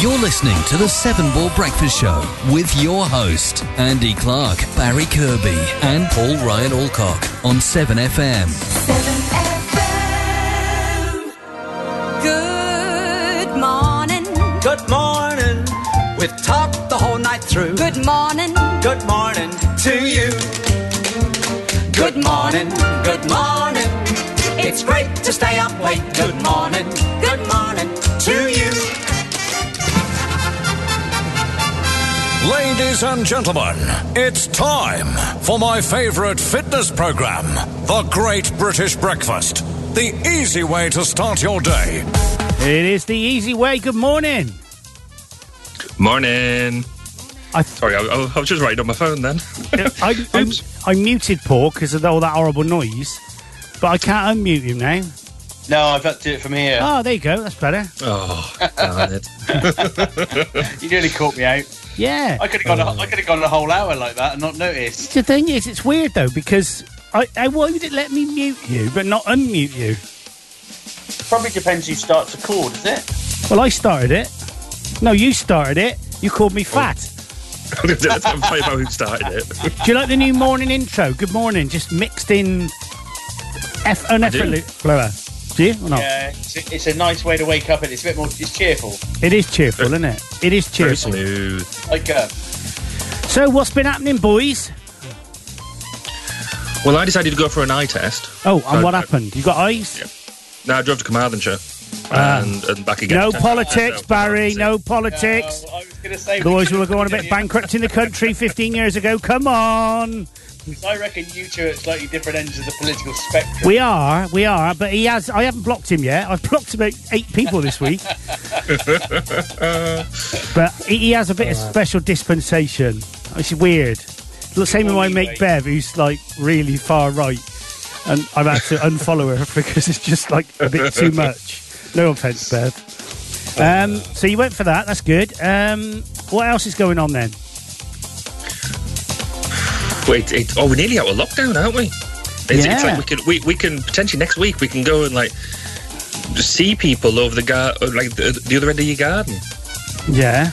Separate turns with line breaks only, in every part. You're listening to the Seven Ball Breakfast Show with your host, Andy Clark, Barry Kirby, and Paul Ryan Alcock on 7FM.
Good morning.
Good morning. We've talked the whole night through.
Good morning.
Good morning to you. Good morning. Good morning. It's great to stay up late. Good morning. Good morning to you.
Ladies and gentlemen, it's time for my favorite fitness program, The Great British Breakfast. The easy way to start your day.
It is the easy way. Good morning.
Morning.
I-
Sorry, I, I, I was just writing on my phone then.
I, I'm,
Oops.
I muted Paul because of all that horrible noise, but I can't unmute him now.
No, I've got to do it from here.
Oh, there you go. That's better.
Oh, damn it.
You nearly caught me out.
Yeah.
I could have gone. A, I could have gone a whole hour like that and not noticed.
the thing is, it's weird though because I, I why would it let me mute you but not unmute you?
Probably depends who starts a call, does it?
Well, I started it. No, you started it. You called me fat.
I'm going to play about who started it.
Do you like the new morning intro? Good morning, just mixed in. F and
do.
effortless. Do you or not?
Yeah, it's, it's a nice way to wake up, and it's a bit more. It's cheerful.
It is cheerful, isn't it? It is
Very
cheerful.
smooth.
Like uh,
So, what's been happening, boys?
Well, I decided to go for an eye test.
Oh, and
So-
what happened? You got eyes?
Now I drove to Carmarthenshire and, and back again.
Ah. No
So-
politics,
so-
Barry. No
uh,
politics.
I was going to say.
Otherwise, we
could've
were going a
done
bit
it.
bankrupt in the country 15 years ago. Come on.
I reckon you two are at slightly different ends of the political spectrum.
We are, we are, but he has. I haven't blocked him yet. I've blocked about eight people this week. but he he has a bit of special dispensation, which is weird. The same with my mate
Anyway.
Bev, who's like really far right, and I've had to unfollow her because it's just like a bit too much. No offense, Bev. Um, so you went for that. That's good. Um, what else is going on then?
Wait, it, oh, we're nearly out of lockdown, aren't we? It's, it's
Yeah.
like we can we, we can potentially next week we can go and like see people over the gar- like the, the other end of your garden.
Yeah.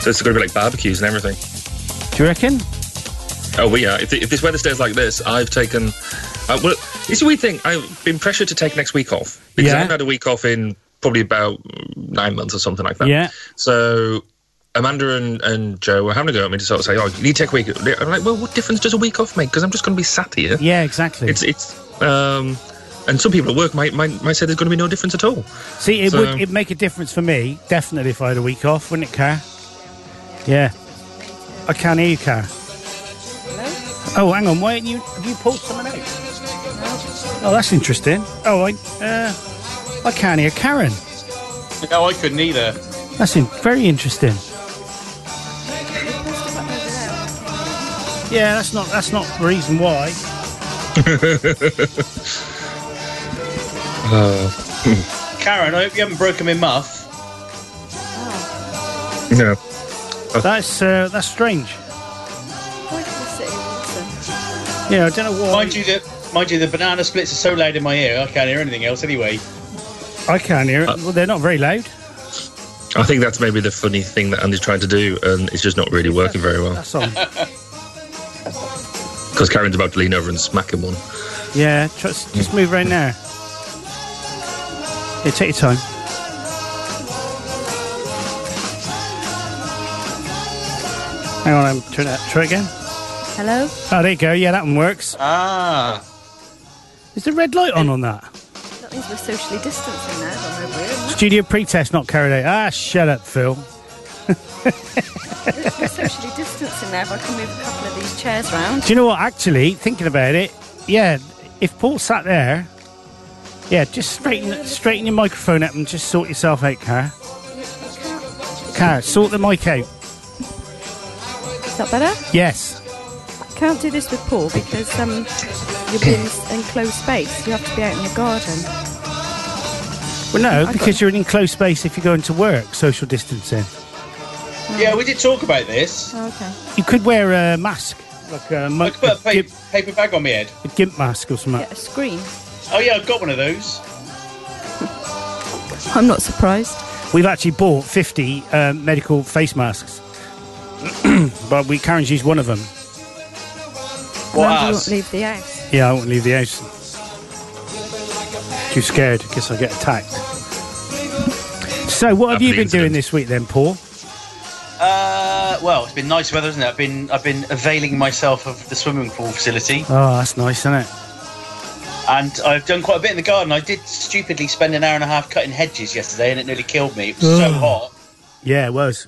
So it's going to be like barbecues and everything.
Do you reckon?
Oh, we are. If, if this weather stays like this, I've taken. Uh, well, it's a weird thing. I've been pressured to take next week off because
Yeah.
I haven't had a week off in probably about mm, nine months or something like that.
Yeah.
So Amanda and, and Joe were having a go at me to sort of say, "Oh, you need to take a week." I'm like, "Well, what difference does a week off make? Because I'm just going to be sat here."
Yeah, exactly.
It's it's um, and some people at work might might, might say there's going to be no difference at all.
See, it
So-
would it make a difference for me, definitely, if I had a week off, wouldn't it, Car? Yeah. I can hear you, Car. Oh, hang on, why aren't you, have you pulled someone out? Oh, that's interesting. Oh, I, uh, I can't hear Karen.
No, I couldn't either.
That's in, very interesting. Yeah, that's not that's not the reason why.
Karen, I hope you haven't broken my muff.
No.
That's uh, that's strange. Yeah, I don't know why.
Mind you, that mind you, the banana splits are so loud in my ear, I can't hear anything else anyway.
I can't hear it. Well, they're not very loud.
I think that's maybe the funny thing that Andy's trying to do, and it's just not really working very well
That's all.
because Karen's about to lean over and smack him one.
Yeah, just, just move around now. Yeah, take your time. Hang on, I'm turn that. Try again.
Hello?
Oh, there you go. Yeah, that one works.
Ah,
Is the red light on on that?
That means we're socially distancing now. but we're weird, isn't
Studio pre-test not carried out. Ah, shut up, Phil.
it? We're socially distancing now. If I can move a couple of these chairs round.
Do you know what? Actually, thinking about it, yeah, if Paul sat there, yeah, just straighten straighten your microphone up and just sort yourself out, Car. Car, sort the mic out.
Is that better?
Yes.
Can't do this with Paul because um, you're being s- enclosed space. You have to be out in your garden.
Well, no,
I
Uh, because you're in enclosed space if you're going to work, social distancing.
yeah, we did talk about this.
Oh, okay.
You could wear a mask, like a,
I
monk,
could
a,
put a
gimp,
paper, paper bag on my head.
a gimp mask or something.
Get a screen.
Oh yeah, I've got one of those.
I'm not surprised.
We've actually bought 50 uh, medical face masks, but we Karen's used one of them.
Well,
Wow.
you won't leave the house.
Yeah, I won't leave the house. Too scared. Guess I get attacked. So, what have
Lovely
you been doing
incident.
this week then, Paul?
Uh, well, it's been nice weather, isn't it? I've been I've been availing myself of the swimming pool facility,
Oh, that's nice, isn't it?
and I've done quite a bit in the garden. I did stupidly spend an hour and a half cutting hedges yesterday, and it nearly killed me. It was so hot.
Yeah, it was.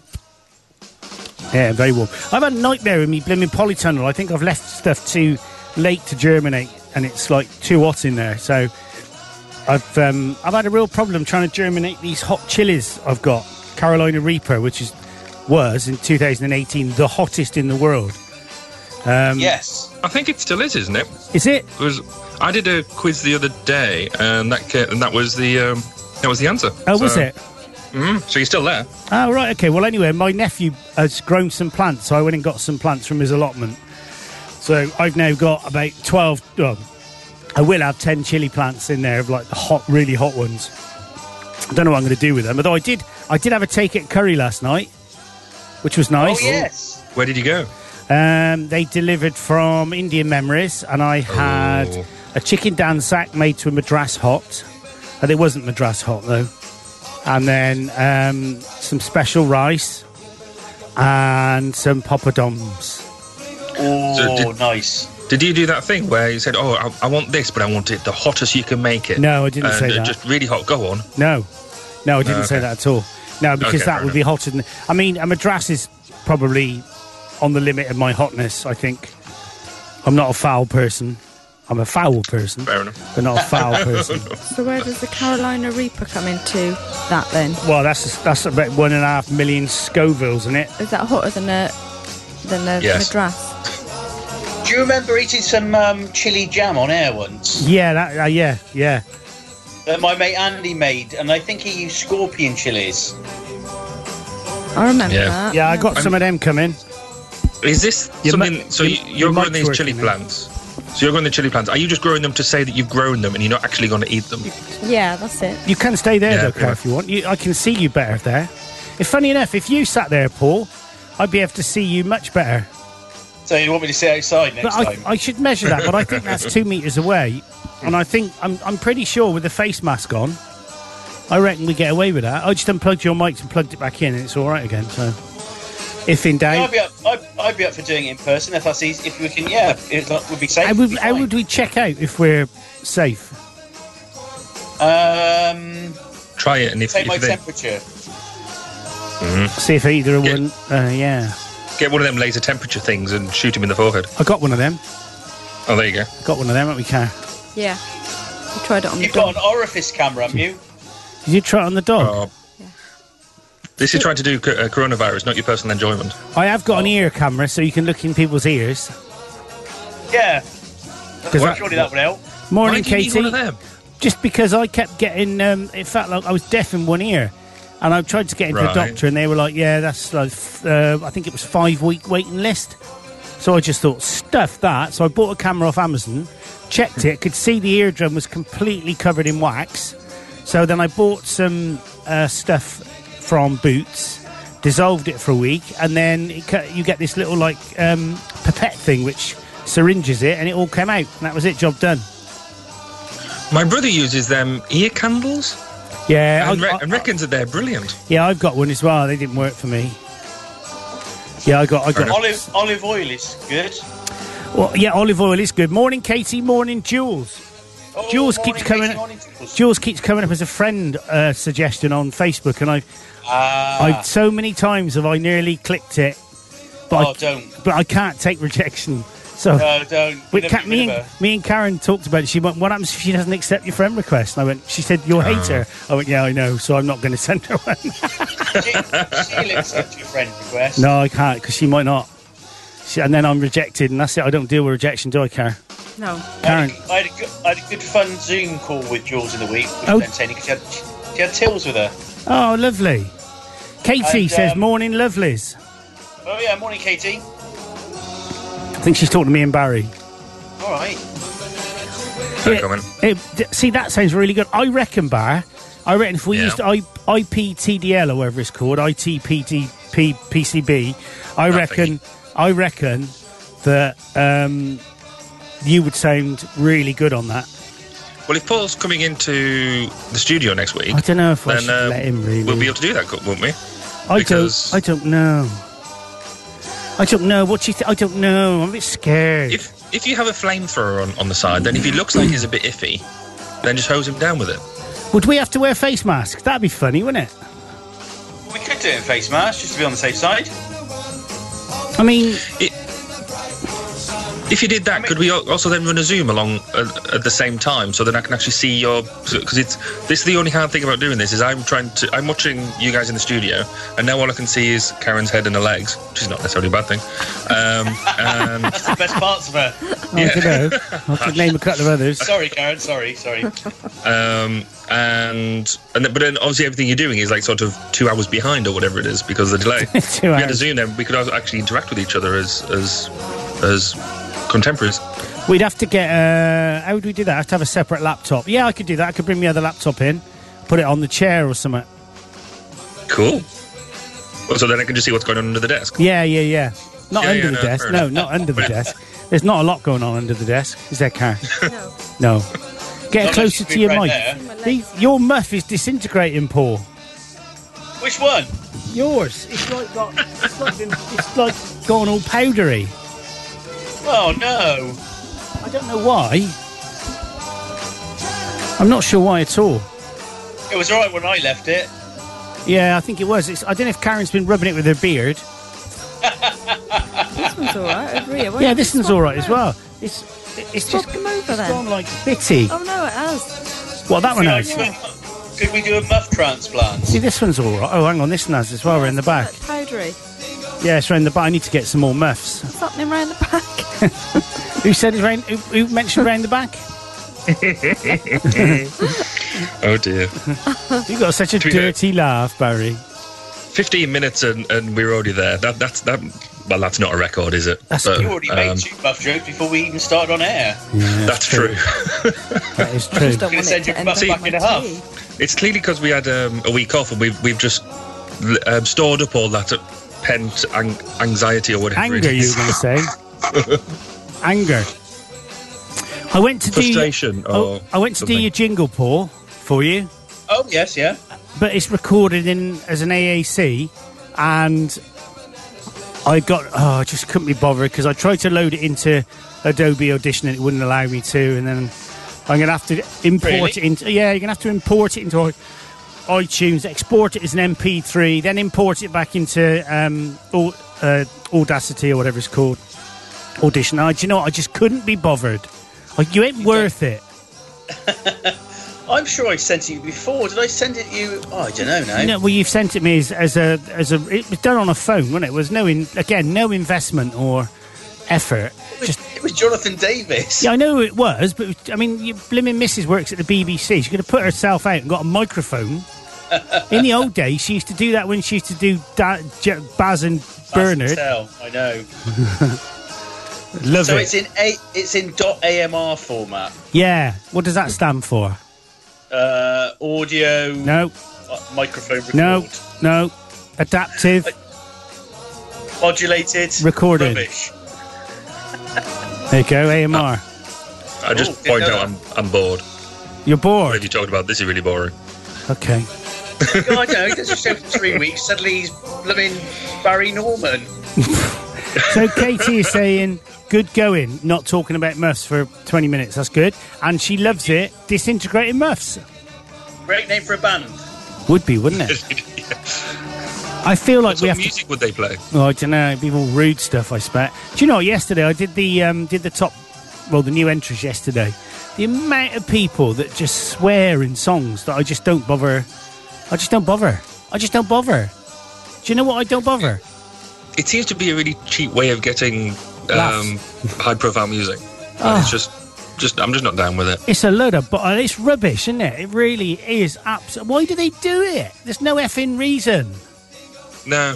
Yeah, very warm. I've had a nightmare in me blooming polytunnel. I think I've left stuff too late to germinate, and it's like too hot in there. So, I've um, I've had a real problem trying to germinate these hot chilies I've got. Carolina Reaper, which is was in 2018 the hottest in the world. Um,
yes.
I think it still is, isn't it?
Is it?
it was I did a quiz the other day, and that ca- and that was the um, that was the answer.
Oh, was
So-
it?
Mm, so you're still there?
Oh, right, okay. Well, anyway, my nephew has grown some plants, so I went and got some plants from his allotment. So I've now got about 12. Well, I will have 10 chili plants in there of like the hot, really hot ones. I don't know what I'm going to do with them. Although I did, I did have a take at curry last night, which was
Oh
nice.
yes.
Where did you go?
Um, they delivered from Indian Memories, and I had
Oh.
a chicken dansak made to a madras hot, and it wasn't madras hot though. And then um, some special rice and some poppadoms.
Oh,
So did-
nice.
Did you do that thing where you said, "Oh, I, I want this, but I want it the hottest you can make it"?
No, I didn't
and,
say
uh,
that.
Just really hot. Go on.
No, no, I didn't
okay.
say that at all. No, because
Okay,
that
fair
would be hotter than. I mean, a madras is probably on the limit of my hotness. I think I'm not a foul person. I'm a foul person,
Fair enough.
but not a foul person.
So where does the Carolina Reaper come into that then?
Well, that's that's about one and a half million Scovilles, isn't it?
Is that hotter than a than a
Yes.
madras?
Do you remember eating some um, chili jam on air once
Yeah, that, uh, yeah, yeah.
that my mate Andy made? And I think he used scorpion chilies.
I remember
Yeah.
Uh,
that.
Yeah, I got some of them coming.
Is this
Your mi-
something? so
your-
you, you're
your
growing
mic's
these chili
working now.
plants. So you're growing the chili plants. Are you just growing them to say that you've grown them and you're not actually going to eat them?
Yeah, that's it.
You can stay there
Yeah,
though, Claire,
yeah.
if you want. You, I can see you better there. If funny enough, if you sat there, Paul, I'd be able to see you much better.
So you want me to sit outside
But
next
I,
time?
I should measure that. But I think that's two meters away, and I think I'm I'm pretty sure with the face mask on, I reckon we get away with that. I just unplugged your mics and plugged it back in, and it's all right again. So, if in doubt,
I'd be up. I'd, I'd be up for doing it in person if that's easy. If we can, yeah, it like, would be safe.
how
it'd
would,
be
how
fine.
would we check out if we're safe?
Um,
Try it, and if,
take
if
my
you think-
temperature.
See if either of
Yeah.
one. Uh, yeah,
get one of them laser temperature things and shoot him in the forehead.
I got one of them.
Oh, there you go.
Got one of them. haven't We can.
Yeah. I tried it on the
You've got
dog.
an orifice camera, haven't you?
Did you try it on the dog?
Oh. This is trying to do co- uh, coronavirus, not your personal enjoyment.
I have
Oh.
got an ear camera, so you can look in people's ears.
Yeah.
Because
What?
Surely that would help.
Why
morning,
do you need one
Katie.
of them?
Just because I kept getting, um, it felt like I was deaf in one ear, and I tried to get into
Right.
the doctor, and they were like, "Yeah, that's like, f- uh, I think it was five week waiting list." So I just thought, stuff that. So I bought a camera off Amazon, checked it, could see the eardrum was completely covered in wax. So then I bought some uh, stuff from Boots, dissolved it for a week, and then it, cut- you get this little like um, pipette thing which syringes it, and it all came out. And that was it, job done.
My brother uses them ear candles
Yeah,
and,
I-
re-
I-
and reckons that they're brilliant.
yeah, I've got one as well. They didn't work for me. Yeah, I got, I got.
Olive olive oil is good.
Well, yeah, olive oil is good. Morning, Katie. Morning, Jules.
Oh,
Jules
morning,
keeps coming.
Jason, morning, Jules.
Jules keeps coming up as a friend uh, suggestion on Facebook, and I,
Ah,
I so many times have I nearly clicked it, but
Oh,
I,
don't.
but I can't take rejection. So
no, don't.
we
Never
can't,
get
me, and,
rid of her.
me and Karen talked about it. She went, "What happens if she doesn't accept your friend request?" And I went, "She said you'll hate her." I went, "Yeah, I know, so I'm not going to send her one."
She- She'll accept your friend request.
No, I can't because she might not. She, and then I'm rejected, and that's it. I don't deal with rejection, do I, Karen?
No.
Karen.
I had, a good, I had a good fun Zoom call with Jules in the week, which
Oh.
was entertaining because she had, she had Tills with her.
Oh, lovely. Katie
And,
says,
um,
"Morning, lovelies."
Oh, yeah, morning, Katie.
I think she's talking to me and Barry.
All right.
No
Yeah,
comment.
it- d- see, that sounds really good. I reckon, Bar, I reckon if we
Yeah.
used I, IPTDL or whatever it's called, ITPDP PCB, I
That
reckon I reckon that um, you would sound really good on that.
Well, if Paul's coming into the studio next week,
I don't know if I
then
should
um,
let him really.
we'll be able to do that, won't we?
I don't.
because-
I don't know. I don't know. What do you? Th- I don't know. I'm a bit scared.
If if you have a flamethrower on, on the side, then if he looks like he's a bit iffy, then just hose him down with it.
Would we have to wear face masks? That'd be funny, wouldn't it?
We could do it in face mask just to be on the safe side.
I mean,
If you did that, could we al- also then run a Zoom along uh, at the same time so then I can actually see your? Because it's this is the only hard thing about doing this is I'm trying to I'm watching you guys in the studio and now all I can see is Karen's head and her legs, which is not necessarily a bad thing. Um, and
That's the best parts of her.
I don't know. I could name a couple of others.
Sorry, Karen. Sorry, sorry.
um, and and then, but then obviously everything you're doing is like sort of two hours behind or whatever it is because of the delay. If
Two
we had a
hours.
Zoom, then we could also actually interact with each other as as as contemporaries.
We'd have to get. Uh, how would we do that? I have to have a separate laptop. Yeah, I could do that. I could bring my other laptop in, put it on the chair or something.
Cool. Well, so then I can just see what's going on under the desk.
Yeah, yeah, yeah. Not
Yeah,
under
yeah,
the
no,
desk.
fair
No,
enough.
not under the desk. There's not a lot going on under the desk. Is there, Karen? No. Get
Not
closer
that
to your
right
mic.
there.
The- your muff is disintegrating, Paul.
Which one?
Yours. It's like got. It's like, been, it's like gone all powdery.
Oh no!
I don't know why. I'm not sure why at all.
It was alright when I left it.
Yeah, I think it was. It's, I don't know if Karen's been rubbing it with her beard.
This one's all right over here. Why
Yeah,
don't
this
you
one's
swap
all right
them
as
over?
well. It's it's
Swap
just
them over
it's
then.
gone like bitty.
Oh no, it has.
Well, that one
Could,
has.
I do a- could we do a muff transplant?
See, this one's all right. Oh, hang on, this one has as well. We're in the
It's all
back.
like powdery.
Yeah, it's round the back. I need to get some more muffs.
It's happening round the back.
Who said it's round? Who, who mentioned round the back?
Oh dear.
You got such a
To be fair-
dirty laugh, Barry.
15 minutes and, and we're already there. That, that's that. Well, that's not a record, is it?
That's-
But,
You already
um,
made two muff jokes before we even started on air.
That's true.
That is
I
true.
just don't
Gonna
want
send
it
you
to end up
back
my
in a huff.
tea.
it's clearly because we had um, a week off and we've we've just l- um, stored up all that uh, pent ang- anxiety or whatever. it
Anger, you
is.
were going to say? Anger. I went to do.
Frustration
Oh,
or
I went to do
something.
your jingle, Paul, for you.
Oh yes, yeah.
but it's recorded in as an AAC, and I got oh, I just couldn't be bothered because I tried to load it into Adobe Audition and it wouldn't allow me to, and then I'm gonna have to import
Really?
it into yeah, you're gonna have to import it into i- iTunes, export it as an MP3, then import it back into um, Au- uh, Audacity or whatever it's called, Audition. I, do you know what? I just couldn't be bothered. Like you ain't worth it.
I'm sure I sent it you before. Did I send it you? Oh, I don't know now.
No, well, you've sent it me as, as a as a. It was done on a phone, wasn't it? It was no in, again no investment or effort.
it, was,
Just
it was Jonathan Davis.
yeah, I know it was, but I mean, your blimmin' missus works at the BBC. She could have put herself out and got a microphone. in the old days, she used to do that when she used to do da- J- Baz and Bernard.
Tell, I know.
Love
So
it.
it's in a, it's in .amr format.
yeah. What does that stand for?
Uh, audio,
No,
uh, microphone record,
no, no. Adaptive.
modulated,
Recorded.
Rubbish.
There you go. AMR.
I just
Oh, didn't
point
know
out I'm, I'm bored.
You're
What have
bored.
you talked about? This is really boring.
Okay.
God, I know. He does a show for three weeks. Suddenly he's blooming Barry Norman.
So Katie is saying, good going, not talking about muffs for 20 minutes. That's good. And she loves it, disintegrating muffs.
Great name for a band.
Would be, wouldn't it? I feel like
What
we have
sort
to.
of music would they play?
Oh, I don't know. It'd be all rude stuff, I suspect. Do you know? what? Yesterday, I did the um, did the top, well, the new entrance yesterday. The amount of people that just swear in songs that I just don't bother. I just don't bother. I just don't bother. Do you know what? I don't bother.
It seems to be a really cheap way of getting um, high-profile music. And
Ah.
It's just, just I'm just not down with it.
It's a load of, but it's rubbish, isn't it? It really is. Abs- Why do they do it? There's no effing reason.
No,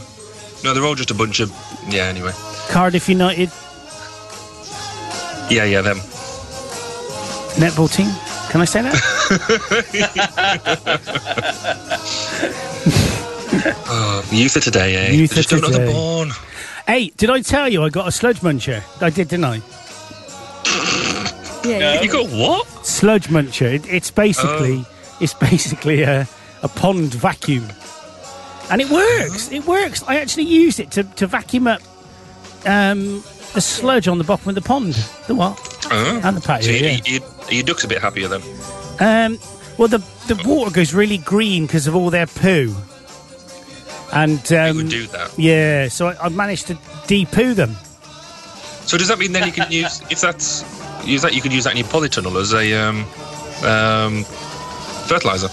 no, they're all just a bunch of yeah. Anyway,
Cardiff United
yeah, yeah, them.
netball team. Can I say that?
oh, youth of today, eh?
Youth
They just
of
don't know they're
today.
born.
Hey, did I tell you I got a sludge muncher? I did, didn't I?
Yeah,
You got what?
Sludge muncher. It, it's basically it's basically a, a pond vacuum, and it works. It works. I actually used it to, to vacuum up um, the sludge on the bottom of the pond. The what?
Oh.
And the patio.
So you,
yeah.
you, you, your duck's a bit happier then.
Um, well, the the water goes really green because of all their poo. And
You
um,
would do that.
yeah, so I, I managed to de-poo them.
So does that mean then you can use if that's use that you could use that in your polytunnel as a um, um, fertilizer?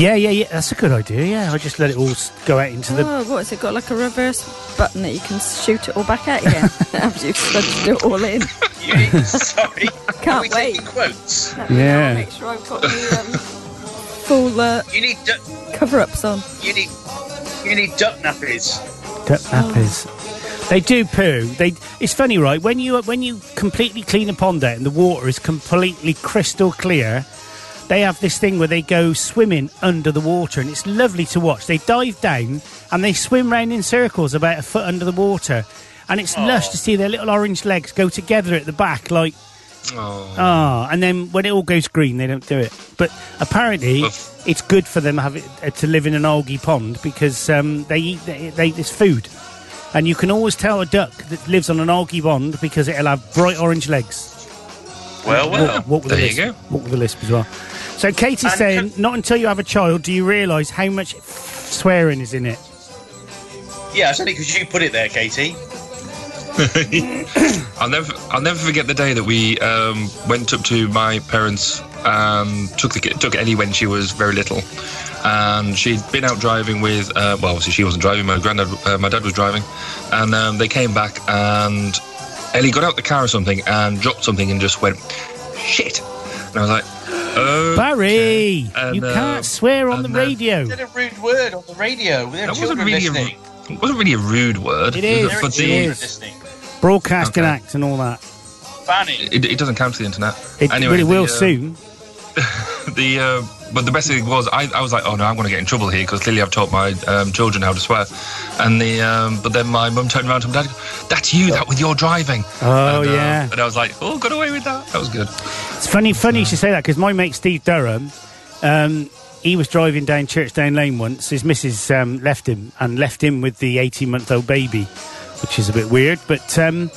Yeah, yeah, yeah. That's a good idea. Yeah, I just let it all s- go out into the.
Oh, what has it got? Like a reverse button that you can shoot it all back at again after you've sludged it all in.
Yeah, Sorry. Are we
Can't wait.
taking quotes?
Yeah.
I'll make sure I've got the um, full uh,
You need duck.
cover-ups on.
You need. You need duck nappies.
Duck nappies. They do poo. They. It's funny, right? When you when you completely clean a pond out and the water is completely crystal clear, they have this thing where they go swimming under the water, and it's lovely to watch. They dive down and they swim round in circles about a foot under the water, and it's lush to see their little orange legs go together at the back, like
Oh,
ah. and then when it all goes green, they don't do it. But apparently,
Ugh.
it's good for them have it, uh, to live in an algae pond because um, they eat they, they, it's food, and you can always tell a duck that lives on an algae pond because it'll have bright orange legs.
well, well.
Walk, walk with
there
a
you
lisp.
go.
Walk with a lisp as well. So Katie's
And
saying,
can-
not until you have a child do you realise how much swearing is in it.
Yeah, it's only because you put it there, Katie.
I'll never, I'll never forget the day that we um, went up to my parents, um, took the, ki- took Ellie when she was very little, and she'd been out driving with, uh, well, obviously she wasn't driving, my granddad, uh, my dad was driving, and um, they came back and Ellie got out the car or something and dropped something and just went, shit, and I was like, oh,
Barry,
And,
you
uh,
can't swear on the
and, uh,
radio.
Said a rude word on the radio. There are
that wasn't
children
really, a,
listening.
it wasn't really a rude word,
It is,
There are
but
it
the,
children
is.
listening.
Broadcasting
Okay.
Act and all that.
Banning.
it, it doesn't count to the internet.
It
Anyway,
really will
the, uh,
soon.
the uh, but the best thing was I, I was like oh no I'm going to get in trouble here because clearly I've taught my um, children how to swear and the um, but then my mum turned around to my dad and goes, that's you that with your driving
Oh,
and, um,
yeah.
and I was like oh got away with that that was good
It's funny, funny you should say that because my mate Steve Durham, um, he was driving down Churchdown Lane once. His missus um, left him and left him with the 18 month old baby, which is a bit weird. But um,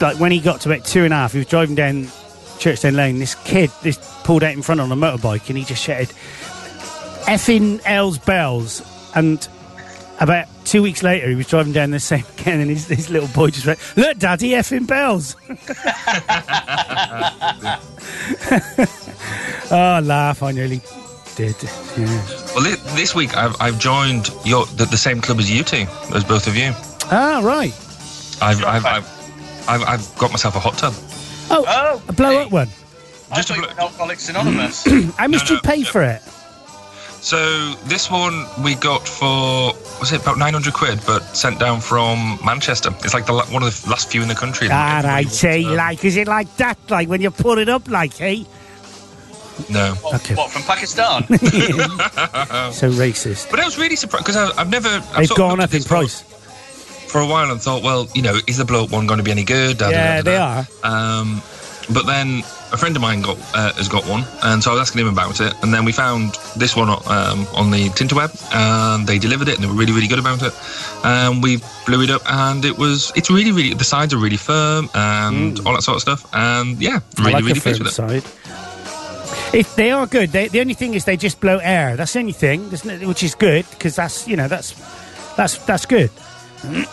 like when he got to about two and a half, he was driving down Churchdown Lane. This kid this pulled out in front on a motorbike and he just shouted, effing L's bells. And about two weeks later, he was driving down the same again and his, his little boy just went, Look, daddy, effing bells. Oh, laugh! I nearly did. Yeah.
well thi- this week I've, I've joined your the, the same club as you two as both of you
Ah, right.
I've I've, I've, I've, I've got myself a hot tub
Oh,
Oh,
a blow up one.
I
Just a blo-
thought you
Mm.
were an Alcoholics Anonymous.
How much do you
no,
pay for it?
so this one we got for was it about 900 quid but sent down from Manchester it's like the la- one of the last few in the country
All Ah, right, see,
Um,
like, is it like that? Like when you put it up, like, hey?
no
What,
Okay.
what, from Pakistan?
So racist.
But I was really surprised because I've never. I've
They've
sort of
gone
looked
up
at
in
this for-
price.
for a while and thought, well, you know, is the blow up one going to be any good? Da, da,
Yeah,
da, da,
they
da.
are.
Um, but then a friend of mine got uh, has got one, and so I was asking him about it, and then we found this one um, on the Tinterweb, and they delivered it, and they were really, really good about it. And we blew it up, and it was, it's really, really, the sides are really firm, and all that sort of stuff, and yeah,
Mm. I
really,
like
really
the
pleased
firm
with it.
side. If they are good, they, the only thing is they just blow air. That's the only thing, There's no- which is good because that's you know that's that's that's good.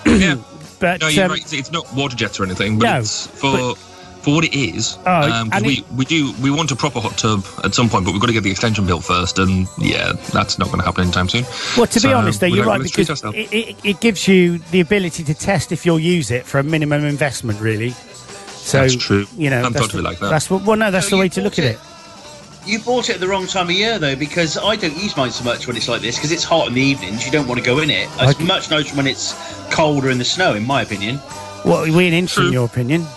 yeah,
But
no, you're
um,
right. It's- It's not water jets or anything, but
No,
it's for. for what it is,
Oh,
um, 'cause
and
we,
it-
we do we want a proper hot tub at some point, but we've got to get the extension built first, and yeah, that's not going to happen anytime soon.
Well, to be
So,
honest, though,
we
you're
don't
right
really treat
because it,
ourselves.
it, it gives you the ability to test if you'll use it for a minimum investment, really. So
That's true.
You know,
I'm
that's
totally
the-
like that.
That's what. Well, no, that's
So
the
you
way to look
bought
at it.
You bought it at the wrong time of year, though, because I don't use mine so much when it's like this, because it's hot in the evenings. You don't want to go in it. It's
Okay.
much nicer when it's colder in the snow, in my opinion.
What are we an inch
True.
in your opinion?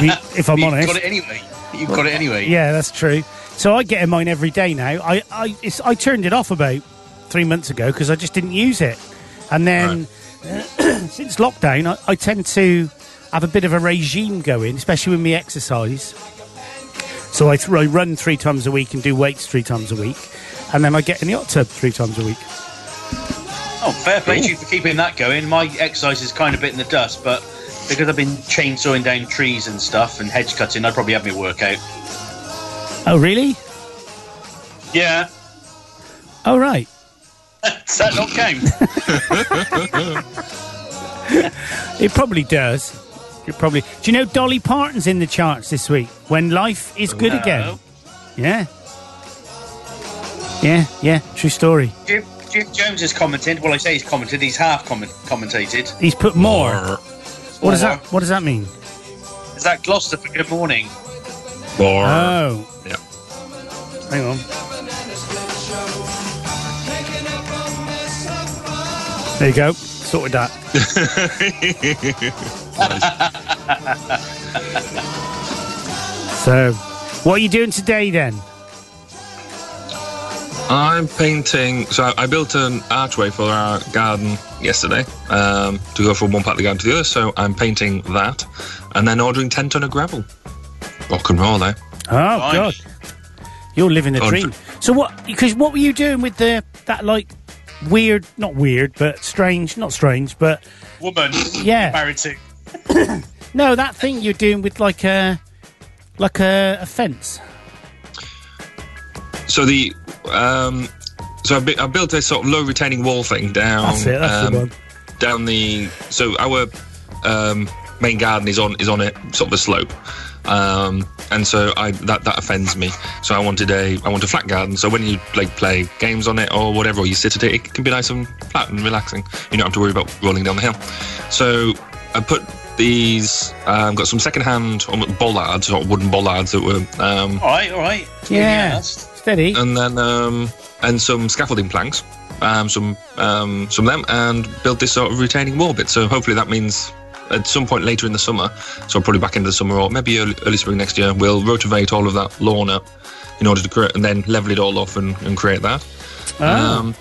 We- if I'm
You've
honest,
got it anyway. You've got it anyway.
yeah, that's true. So I get in mine every day now. I I, it's, I turned it off about three months ago because I just didn't use it, and then since lockdown, I, I tend to have a bit of a regime going, especially with me exercise. So I, th- I run three times a week and do weights three times a week, and then I get in the hot tub three times a week.
Oh, fair play to you for keeping that going. My exercise is kind of bit in the dust, but because I've been chainsawing down trees and stuff and hedge cutting, I probably have my workout.
Oh really?
Yeah.
Oh right.
Does that not count?
It probably does. It probably. Do you know Dolly Parton's in the charts this week? When life is good again.
No.
Yeah. Yeah. Yeah. True story.
Jim, Jim Jones has commented. Well, I say he's commented. He's half comment- commentated.
He's put more.
More.
What does that? What does that mean?
Is that Gloucester for Good Morning?
More.
Oh,
yeah.
hang on. There you go. Sorted that. So, what are you doing today then?
I'm painting. So I, I built an archway for our garden yesterday um, to go from one part of the garden to the other. So I'm painting that, and then ordering ten ton of gravel. Rock and roll, eh?
Oh God, you're living the
Oh,
dream. So what? Because what were you doing with the that like weird, not weird, but strange, not strange, but
Woman.
Yeah.
Married to.
no, that thing you're doing with like a like a, a fence.
So the um, so I, bu- I built a sort of low retaining wall thing down.
That's it. That's
um,
the one.
down the so our um, main garden is on is on a sort of a slope, um, and so I that that offends me. So I wanted a I want a flat garden. So when you like play games on it or whatever, or you sit at it, it can be nice and flat and relaxing. You don't have to worry about rolling down the hill. So I put these um, got some secondhand almost bollards or wooden bollards that were um,
All right, all right.
Yeah,
that's-
steady.
and then um, and some scaffolding planks, um, some um, some of them, and build this sort of retaining wall bit. So hopefully that means at some point later in the summer, so probably back into the summer or maybe early, early spring next year, we'll rotivate all of that lawn up in order to create and then level it all off and, and create that.
Ah.
Um,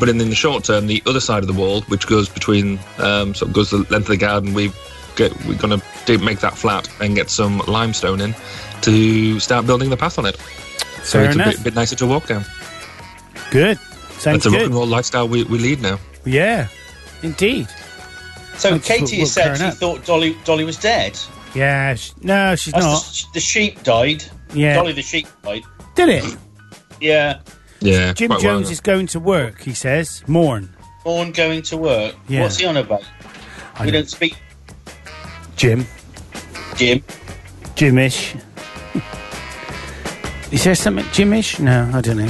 but in, in the short term, the other side of the wall, which goes between, um, sort of goes the length of the garden, we get, we're going to do, make that flat and get some limestone in to start building the path on it. So
Fair
it's a
enough.
bit, bit nicer to walk down.
Good. Sounds
That's a rock and
good.
roll lifestyle we, we lead now.
Yeah, indeed.
So
That's what
Katie
we're
has said
growing
she
up.
thought Dolly Dolly was dead.
Yeah. Sh- no, she's
That's
not.
the, the sheep died.
Yeah.
Dolly the sheep died.
Did it?
Yeah.
Yeah.
Jim
quite well
Jones
ago.
is going to work. He says. Morn.
Born going to work.
Yeah.
What's he on about?
I
we
know.
don't speak
Jim.
Jim.
Jimish. Is there something Jimish? No, I don't know.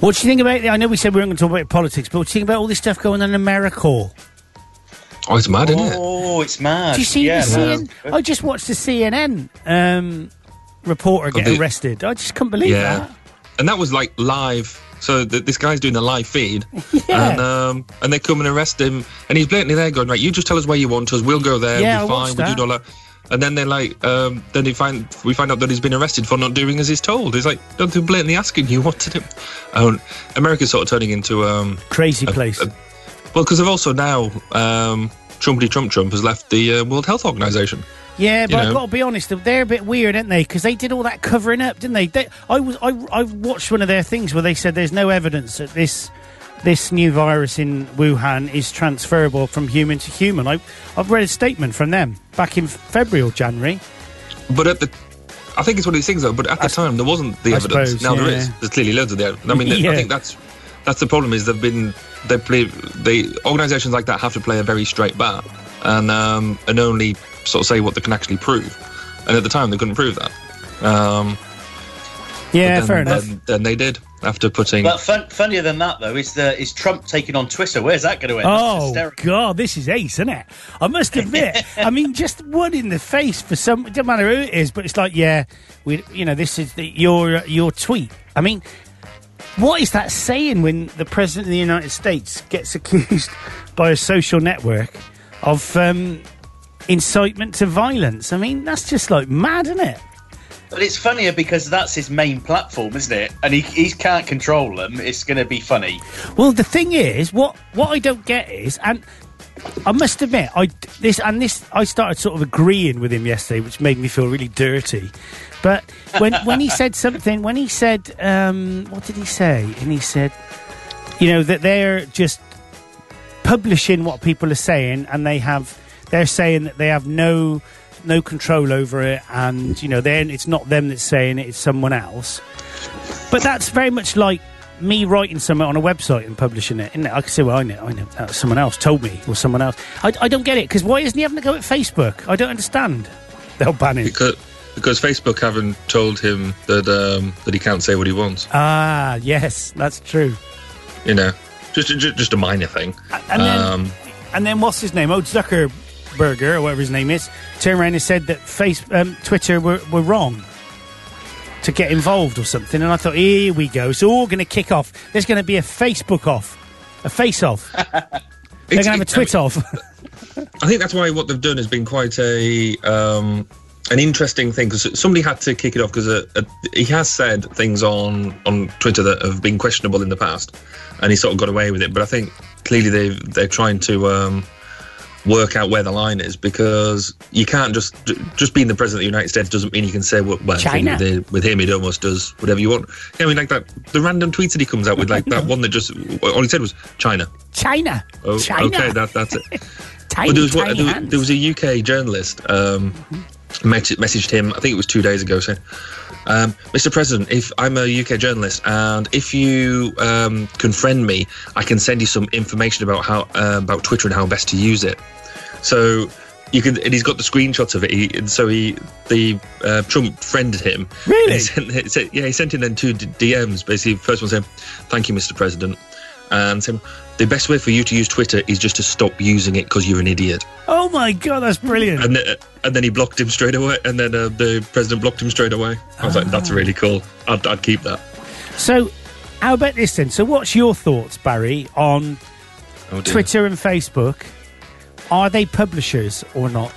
What do you think about? the- I know we said we weren't going to talk about politics, but what do you think about all this stuff going on in America?
Oh, it's mad, isn't it?
Oh, it's mad.
Do you see
yeah,
the
man.
CNN? I just watched the CNN um, reporter get
the-
arrested. I just couldn't believe
Yeah.
that.
And that was like live. So th- this guy's doing the live feed, and um, and they come and arrest him, and he's blatantly there going, right, you just tell us where you want us, we'll go there,
Yeah, I
we'll be fine,
watched
we'll
that.
do all that. And then they're like, um, then they find we find out that he's been arrested for not doing as he's told. He's like, don't they blatantly asking you what to do? And America's sort of turning into um,
Crazy place.
well, because they've also now um, Trumpity Trump Trump has left the uh, World Health Organization.
Yeah, but
know.
I've got to be honest, they're a bit weird, aren't they? Because they did all that covering up, didn't they? they I was I, I watched one of their things where they said there's no evidence that this this new virus in Wuhan is transferable from human to human. I, I've read a statement from them back in February or January.
But at the, I think it's one of these things though. But at the time, there wasn't the
I
evidence.
suppose,
now there
yeah.
is. There's clearly loads of the. ev- I mean,
Yeah.
I think that's that's the problem. Is they've been they play they organisations like that have to play a very straight bat and um, and only sort of say what they can actually prove. And at the time, they couldn't prove that. Um,
Yeah,
then,
fair enough.
Then, then they did after putting.
But fun, funnier than that, though, is the is Trump taking on Twitter? Where's that going to end? That's
Oh
hysterical.
God, this is ace, isn't it? I must admit, I mean, just one in the face for some. It doesn't matter who it is, but it's like, yeah, we, you know, this is the, your your tweet. I mean, what is that saying when the president of the United States gets accused by a social network of um, incitement to violence? I mean, that's just like mad, isn't it?
But it's funnier because that's his main platform, isn't it? And he, he can't control them. It's going to be funny.
Well, the thing is, what what I don't get is, and I must admit, I this and this, I started sort of agreeing with him yesterday, which made me feel really dirty. But when when he said something, when he said, um, what did he say? And he said, you know, that they're just publishing what people are saying, and they have they're saying that they have no no control over it, and you know, then it's not them that's saying it; it's someone else. But that's very much like me writing something on a website and publishing it. Isn't it? I can say, well, I know, I know, that someone else told me, or someone else. I, I don't get it because why isn't he having a go at Facebook? I don't understand. They'll ban him.
Because, because Facebook haven't told him that um, that he can't say what he wants.
Ah, yes, that's true.
You know, just just, just a minor thing. Um,
And then, and then what's his name? Oh, Zuckerberger, or whatever his name is, turned around and said that face um, Twitter were, were wrong to get involved or something. And I thought, here we go. It's all going to kick off. There's going to be a Facebook off, a face off. They're going to have a
it's- I mean-
twit off.
I think that's why what they've done has been quite a um, an interesting thing because somebody had to kick it off because uh, uh, he has said things on on Twitter that have been questionable in the past, and he sort of got away with it. But I think clearly they they're trying to. Um, work out where the line is because you can't just ju- just being the president of the United States doesn't mean you can say what well, I think
China.
With, with him it almost does whatever you want. Yeah, I mean like that the random tweets that he comes out with like that one that just all he said was China.
China.
Oh,
China.
Okay, that, that's it.
Tiny,
Well, there was one-
tiny
there was-
hands.
there was a UK journalist um, met- messaged him. I think it was two days ago. Saying, um, "Mr. President, if I'm a UK journalist and if you um, can friend me, I can send you some information about how uh, about Twitter and how best to use it." So. You can, and he's got the screenshots of it. He, and so he, the uh, Trump friended him.
Really?
And he sent, he sent- yeah, he sent in then two d- DMs. Basically, first one saying, "Thank you, Mr. President," and saying, "The best way for you to use Twitter is just to stop using it because you're an idiot."
Oh my god, that's brilliant.
and then, and then he blocked him straight away. And then uh, the president blocked him straight away. I was like, "That's really cool. I'd, I'd keep that."
So, how about this then? So, what's your thoughts, Barry, on
Oh, dear.
Twitter and Facebook? Are they publishers or not?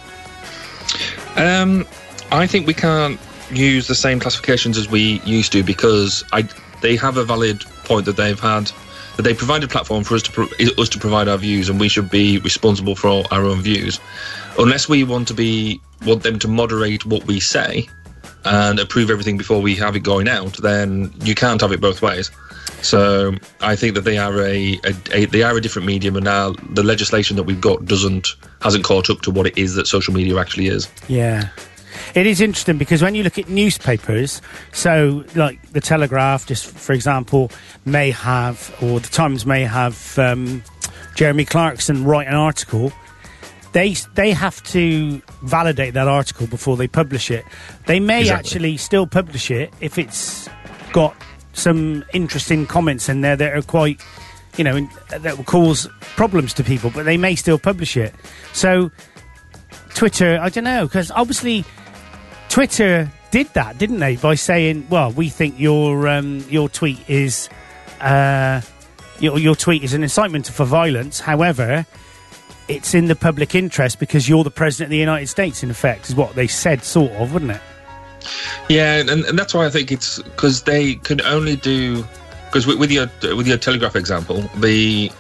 Um, I think we can't use the same classifications as we used to because I they have a valid point that they've had that they provide a platform for us to pro- us to provide our views and we should be responsible for our own views unless we want to be want them to moderate what we say and approve everything before we have it going out then you can't have it both ways so I think that they are a, a, a they are a different medium and now the legislation that we've got doesn't hasn't caught up to what it is that social media actually is
Yeah. It is interesting because when you look at newspapers, so like the Telegraph, just for example, may have, or the Times may have um, Jeremy Clarkson write an article. They they have to validate that article before they publish it. They may
Exactly.
actually still publish it if it's got some interesting comments in there that are quite, you know, in- that will cause problems to people. But they may still publish it. So Twitter, I don't know, because obviously Twitter did that, didn't they? By saying, "Well, we think your um, your tweet is uh, your your tweet is an incitement for violence." However, it's in the public interest because you're the president of the United States. In effect, is what they said, sort of, wouldn't it?
Yeah, and, and that's why I think it's because they can only do because with, with your with your telegraph example, the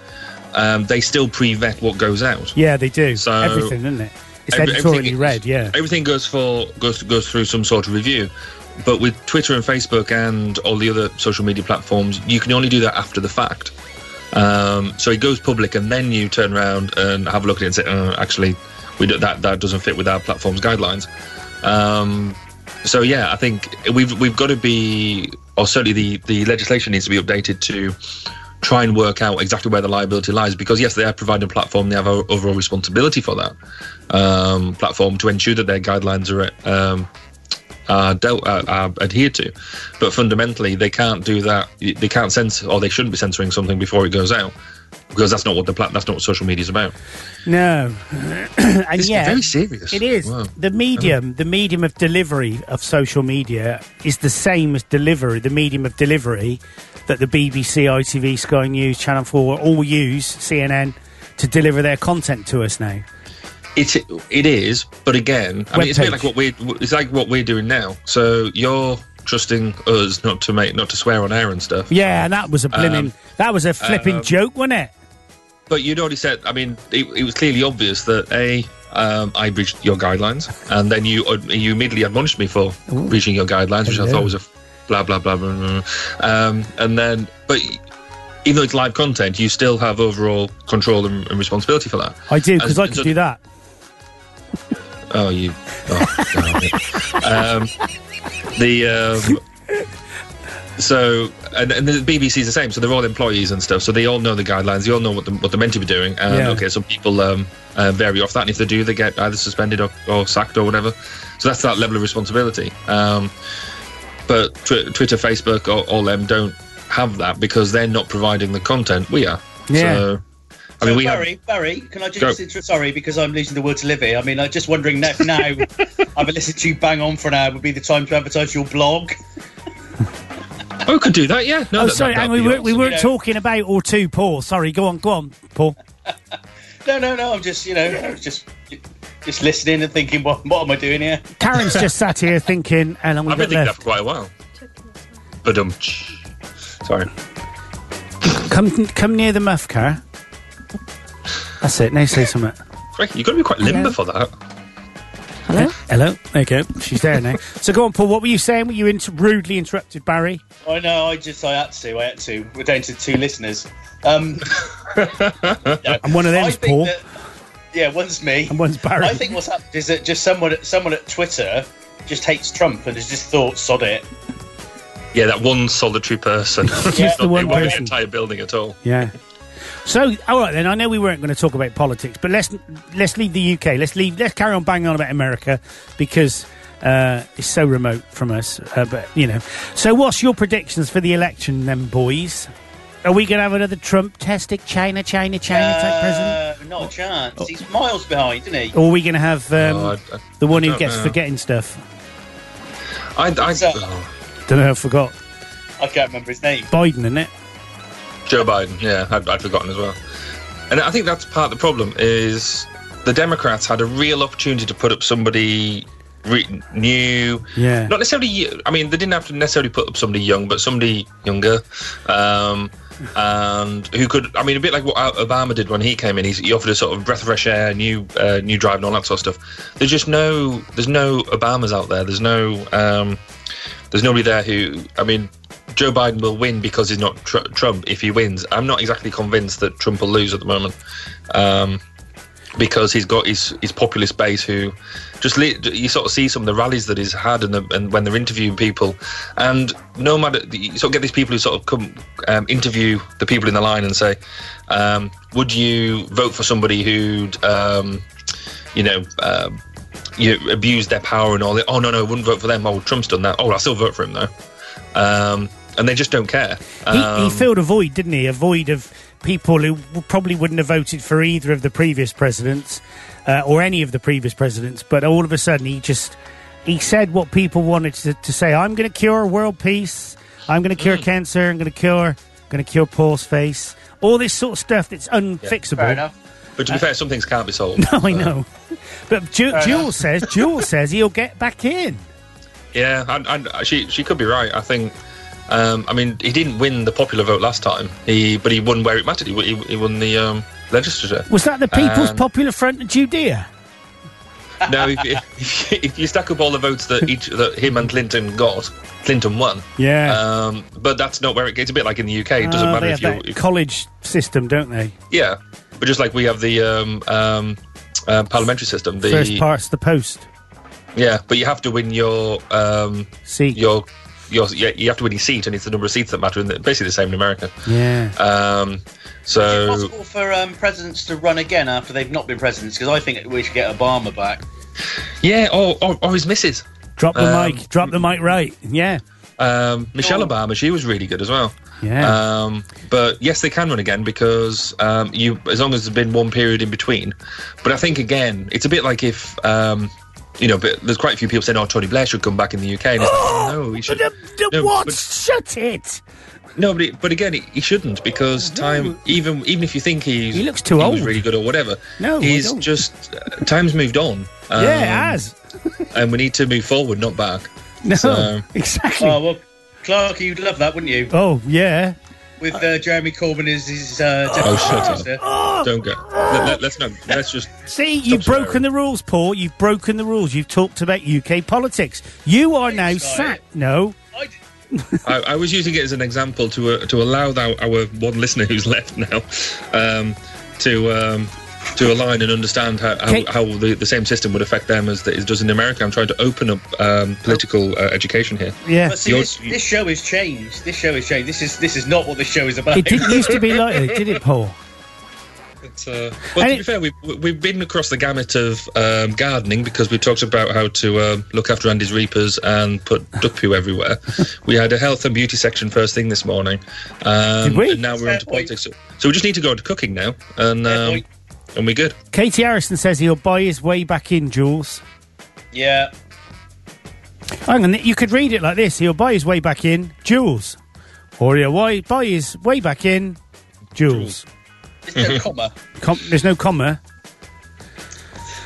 um, they still pre-vet what goes out.
Yeah, they do
So-
everything, isn't it? It's
Every-
editorially
everything-
read, yeah.
Everything goes for goes goes through some sort of review. But with Twitter and Facebook and all the other social media platforms, you can only do that after the fact. Um, so it goes public, and then you turn around and have a look at it and say, oh, "Actually, we do, that that doesn't fit with our platform's guidelines." Um, so yeah, I think we've we've got to be, or certainly the the legislation needs to be updated to try and work out exactly where the liability lies. Because yes, they are providing a platform; they have an overall responsibility for that um, platform to ensure that their guidelines are um, are, dealt, are, are adhered to. But fundamentally, they can't do that. They can't censor, or they shouldn't be censoring something before it goes out. Because that's not what the plat- that's not what social media is about.
No, and
It's
yeah,
very serious.
It is
Wow.
the medium. The medium of delivery of social media is the same as delivery. The medium of delivery that the BBC, ITV, Sky News, Channel Four all use CNN to deliver their content to us now.
It it is, but again, I
Web
mean, it's a
page.
bit like what we it's like what we're doing now. So you're trusting us not to make not to swear on air and stuff.
Yeah, and that was
Um,
a blimmin' that was a flipping joke, wasn't it?
But you'd already said. I mean, it, it was clearly obvious that a um, I breached your guidelines, and then you you immediately admonished me for breaching your guidelines, which I
Hello.
thought was a f- blah blah blah blah. blah, blah. Um, and then, but even though it's live content, you still have overall control and, and responsibility for that.
I do because
And-
I
and
could
so-
do that.
Oh, you. Oh, damn it. Um, the um, so and, and the BBC's the same. So they're all employees and stuff. So they all know the guidelines. They all know what the, what they're meant to be doing. And
Yeah.
okay, some people um, uh, vary off that, and if they do, they get either suspended or, or sacked or whatever. So that's that level of responsibility. Um, but tw- Twitter, Facebook, all, all them don't have that because they're not providing the content. We are.
Yeah.
So, I mean, we have.
Barry, Barry, can I
Go.
just sorry because I'm losing the will to live here. I mean, I'm just wondering now. now I've been listening to you bang on for an hour. Would be the time to advertise your blog.
Oh, we could do that. Yeah. No,
Oh,
that-
sorry,
that-
and we,
that'd
were, we
be awesome.
weren't
know.
talking about or two Paul. Sorry, go on, go on, Paul.
No, no, no. I'm just you know I was just just listening and thinking, what what am I doing here?
Karen's just sat here thinking, and I'm
I've
going
been thinking that
left.
for quite a while. But um, sorry.
Come, come near the muff, Karen. That's it. Now say something.
Crikey, You've got to be quite limber for that.
Hello?
Hello. Okay, she's there now. so go on, Paul. What were you saying? Were you inter- rudely interrupted, Barry?
I know. I just I had to. I had to. We're down to two listeners. Um,
I'm one of
Uh, I
them's
think
Paul,
that- yeah, one's me.
and one's Barry.
I think what's happened is that just someone at someone at Twitter just hates Trump and has just thought, sod it.
Yeah, that one solitary person.
Just the one
Not- it won't be an
person.
entire building at all.
Yeah. So, all right then. I know we weren't going to talk about politics, but let's let's leave the UK. Let's leave. Let's carry on banging on about America because uh, it's so remote from us. Uh, but you know. So, what's your predictions for the election, then, boys? Are we going to have another Trump-tastic China, China, China type president?
Uh, not a chance. He's miles behind, isn't he?
Or are we going to have um,
Oh, I- I-
the one
I
who
don't
gets
know.
forgetting stuff?
I, I,
So-
oh,
Don't know. I forgot
I can't remember his name.
Biden, isn't it?
Joe Biden. Yeah, I'd, I'd forgotten as well. And I think that's part of the problem is the Democrats had a real opportunity to put up somebody re- new.
Yeah.
Not necessarily. I mean, they didn't have to necessarily put up somebody young, but somebody younger, um, and who could. I mean, a bit like what Obama did when he came in. He's, he offered a sort of breath of fresh air, new, uh, new drive, and all that sort of stuff. There's just no. There's no Obamas out there. There's no. Um, there's nobody there who. I mean, Joe Biden will win because he's not tr- Trump. If he wins, I'm not exactly convinced that Trump will lose at the moment. Um, because he's got his, his populist base who just li- you sort of see some of the rallies that he's had and, the, and when they're interviewing people and no matter you sort of get these people who sort of come um, interview the people in the line and say um, would you vote for somebody who'd um, you know um you abuse their power and all that oh no no I wouldn't vote for them oh Trump's done that oh I'll still vote for him though um, and they just don't care
he, he
Um,
filled a void, didn't he? A void of people who w- probably wouldn't have voted for either of the previous presidents uh, or any of the previous presidents. But all of a sudden, he just he said what people wanted to, to say. I'm going to cure world peace. I'm going to cure cancer. I'm going to cure going to cure Paul's face. All this sort of stuff that's unfixable.
Fair enough.
but to be fair some things can't be solved
No, I know. But Ju- Jewel says Jewel says he'll get back in.
Yeah, and, and she she could be right. I think. Um, I mean, he didn't win the popular vote last time. He but he won where it mattered. He, w- he, he won the um, legislature.
Was that the People's
Um,
Popular Front of Judea?
now, if, if, if you stack up all the votes that each that him and Clinton got, Clinton won.
Yeah.
Um, but that's not where it gets. A bit like in the UK, it doesn't
Oh,
matter
they
if
have
you.
that
If,
college system, don't they?
yeah, but just like we have the um, um, uh, parliamentary system, the
First past the post.
yeah, but you have to win your um,
See,
your your yeah, you have to win your seat, and it's the number of seats that matter. And they're basically the same in America.
yeah.
Um,
Is it
so
possible for um, presidents to run again after they've not been presidents? Because I think we should get Obama back.
yeah, or, or, or his missus,
Drop the
Um,
mic. Drop the mic right. Yeah.
um, Michelle Obama. She was really good as well.
Oh. Yeah.
Um, but yes, they can run again because um, you, as long as there's been one period in between. But I think again, it's a bit like if um, you know, but there's quite a few people saying, "Oh, Tony Blair should come back in the UK." And it's like, no, he should.
The- the-
no,
what?
but-
Shut it.
No, but, it, but again, he, he shouldn't because time. Even even if you think he's
He looks too
he
old.
was really good or whatever.
No, I
he's
don't.
just uh, time's moved on. Um,
yeah, it has.
and we need to move forward, not back.
No,
so-
exactly.
Oh well, Clark, you'd love that, wouldn't you?
oh yeah.
With uh, Jeremy Corbyn as his uh, deputy
Oh, shut up.
minister.
Don't go. Let, us not. Let's just.
See, you've
swearing.
broken the rules, Paul. You've broken the rules. You've talked about UK politics. You are now
sorry.
sacked. No,
I did-
I, I was using it as an example to uh, to allow thou, our one listener who's left now um, to. Um, to align and understand how, how,
Okay.
how the, the same system would affect them as the, it does in America. I'm trying to open up um, political uh, education here.
yeah.
But see,
You're-
this, this show has changed. This show has changed. This is this is not what this show is about.
It didn't used to be like that, did it, Paul?
It's, uh,
And
well, to
it-
be fair, we've, we've been across the gamut of um, gardening because we talked about how to um look after Andy's reapers and put duck poo everywhere. we had a health and beauty section first thing this morning. Um,
Did we?
And now we're
Fair
into
point.
politics. So, we just need to go into cooking now, and
Fair
um,
point.
and we're good.
Katie Harrison says he'll buy his way back in, Jules.
Yeah.
Hang on, you could read it like this: He'll buy his way back in, Jules, or he'll wi- buy his way back in, Jules.
There's no comma.
Com- there's no comma.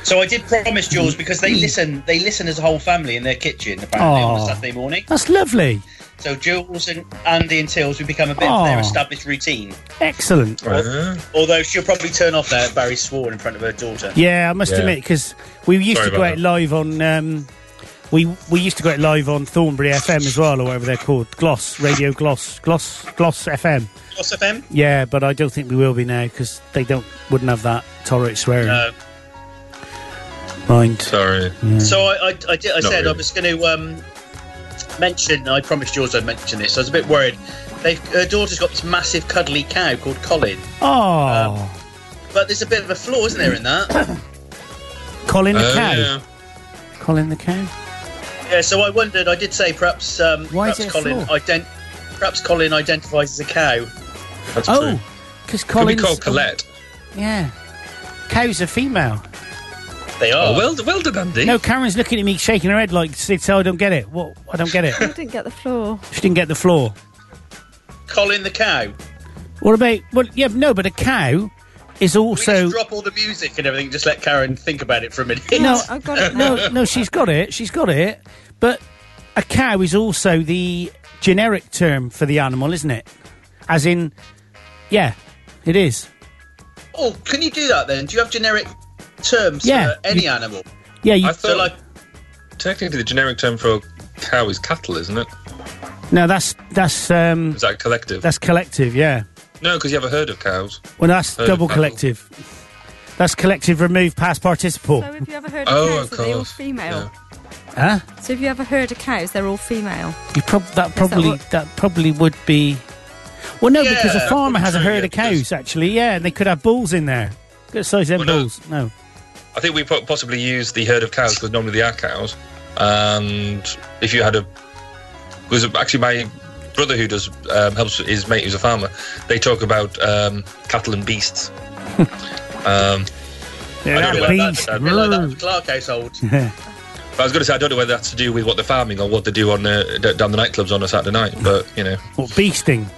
So I did promise Jules because they listen. They listen as a whole family in their kitchen apparently on
Aw.
a Saturday morning.
That's lovely.
So Jules and Andy and Tills will become a bit of their
Aw.
established routine.
Excellent.
Uh,
Although she'll probably turn off there. Barry swore in front of her daughter.
Yeah, I must
Yeah.
admit because we used
Sorry
to go
about
out
that.
live on. Um, we we used to go out live on Thornbury FM as well, or whatever they're called, Gloss Radio Gloss Gloss Gloss FM.
Plus FM.
Yeah, but I don't think we will be now because they don't wouldn't have that tolerate swearing.
Mm.
No.
Mind.
sorry.
Uh, So I, I, I, did, I
Not
said I
really.
was going to um, mention. I promised Jules I'd mention this. I was a bit worried. They've, her daughter's got this massive cuddly cow called Colin,
Uh,
Oh,
but there's a bit of a flaw, isn't there, in that?
Colin the
Uh,
cow.
yeah.
Colin the cow.
yeah. So I wondered. I did say perhaps um,
Why is
perhaps
there a
Colin
flaw?
ident- perhaps Colin identifies as a cow.
That's
Oh,
true.
because
Could we
Colin's
call Colette?
Yeah, cows are female.
They are.
Oh, well, well done, Andy.
No, Karen's looking at me, shaking her head like, "So I don't get it. What? I don't get it.
I didn't get the floor.
she didn't get the floor."
Colin the cow.
What about? Well, yeah, no, but a cow is
We
also
just drop all the music and everything. Just let Karen think about it for a minute.
no,
I've got it now.
no, no. She's got it. She's got it. But a cow is also the generic term for the animal, isn't it? As in, yeah, it is.
Oh, can you do that then? Do you have generic terms
Yeah.
for any
You-
animal?
Yeah, you,
I
So
thought
like,
technically the generic term for cow is cattle, isn't it?
no, that's that's um,
Is that collective?
that's collective. Yeah,
no, because you have a herd of cows.
well, that's
Herd of
double
cattle.
collective. That's collective. Remove past participle.
So have you ever heard of
Oh, of
cows? Are they all
course.
female?
huh?
So have you ever heard of cows? They're all female.
You prob- that probably that,
what-
probably would be. Well, no, because a
Yeah,
farmer has a
true,
herd
yeah,
of cows, actually. Yeah, and they could have bulls in there. Good size them
Well, no.
bulls. No.
I think we po- possibly use the herd of cows because normally they are cows. And if you had a, because actually my brother who does um, helps his mate who's a farmer, they talk about um, cattle and beasts. um,
Yeah,
I
I
don't
feel
know
like
about
beast.
that, I feel like that with the Clark household.
but I was going to say I don't know whether that's to do with what they're farming or what they do on the d- down the nightclubs on a Saturday night, but you know,
What beasting?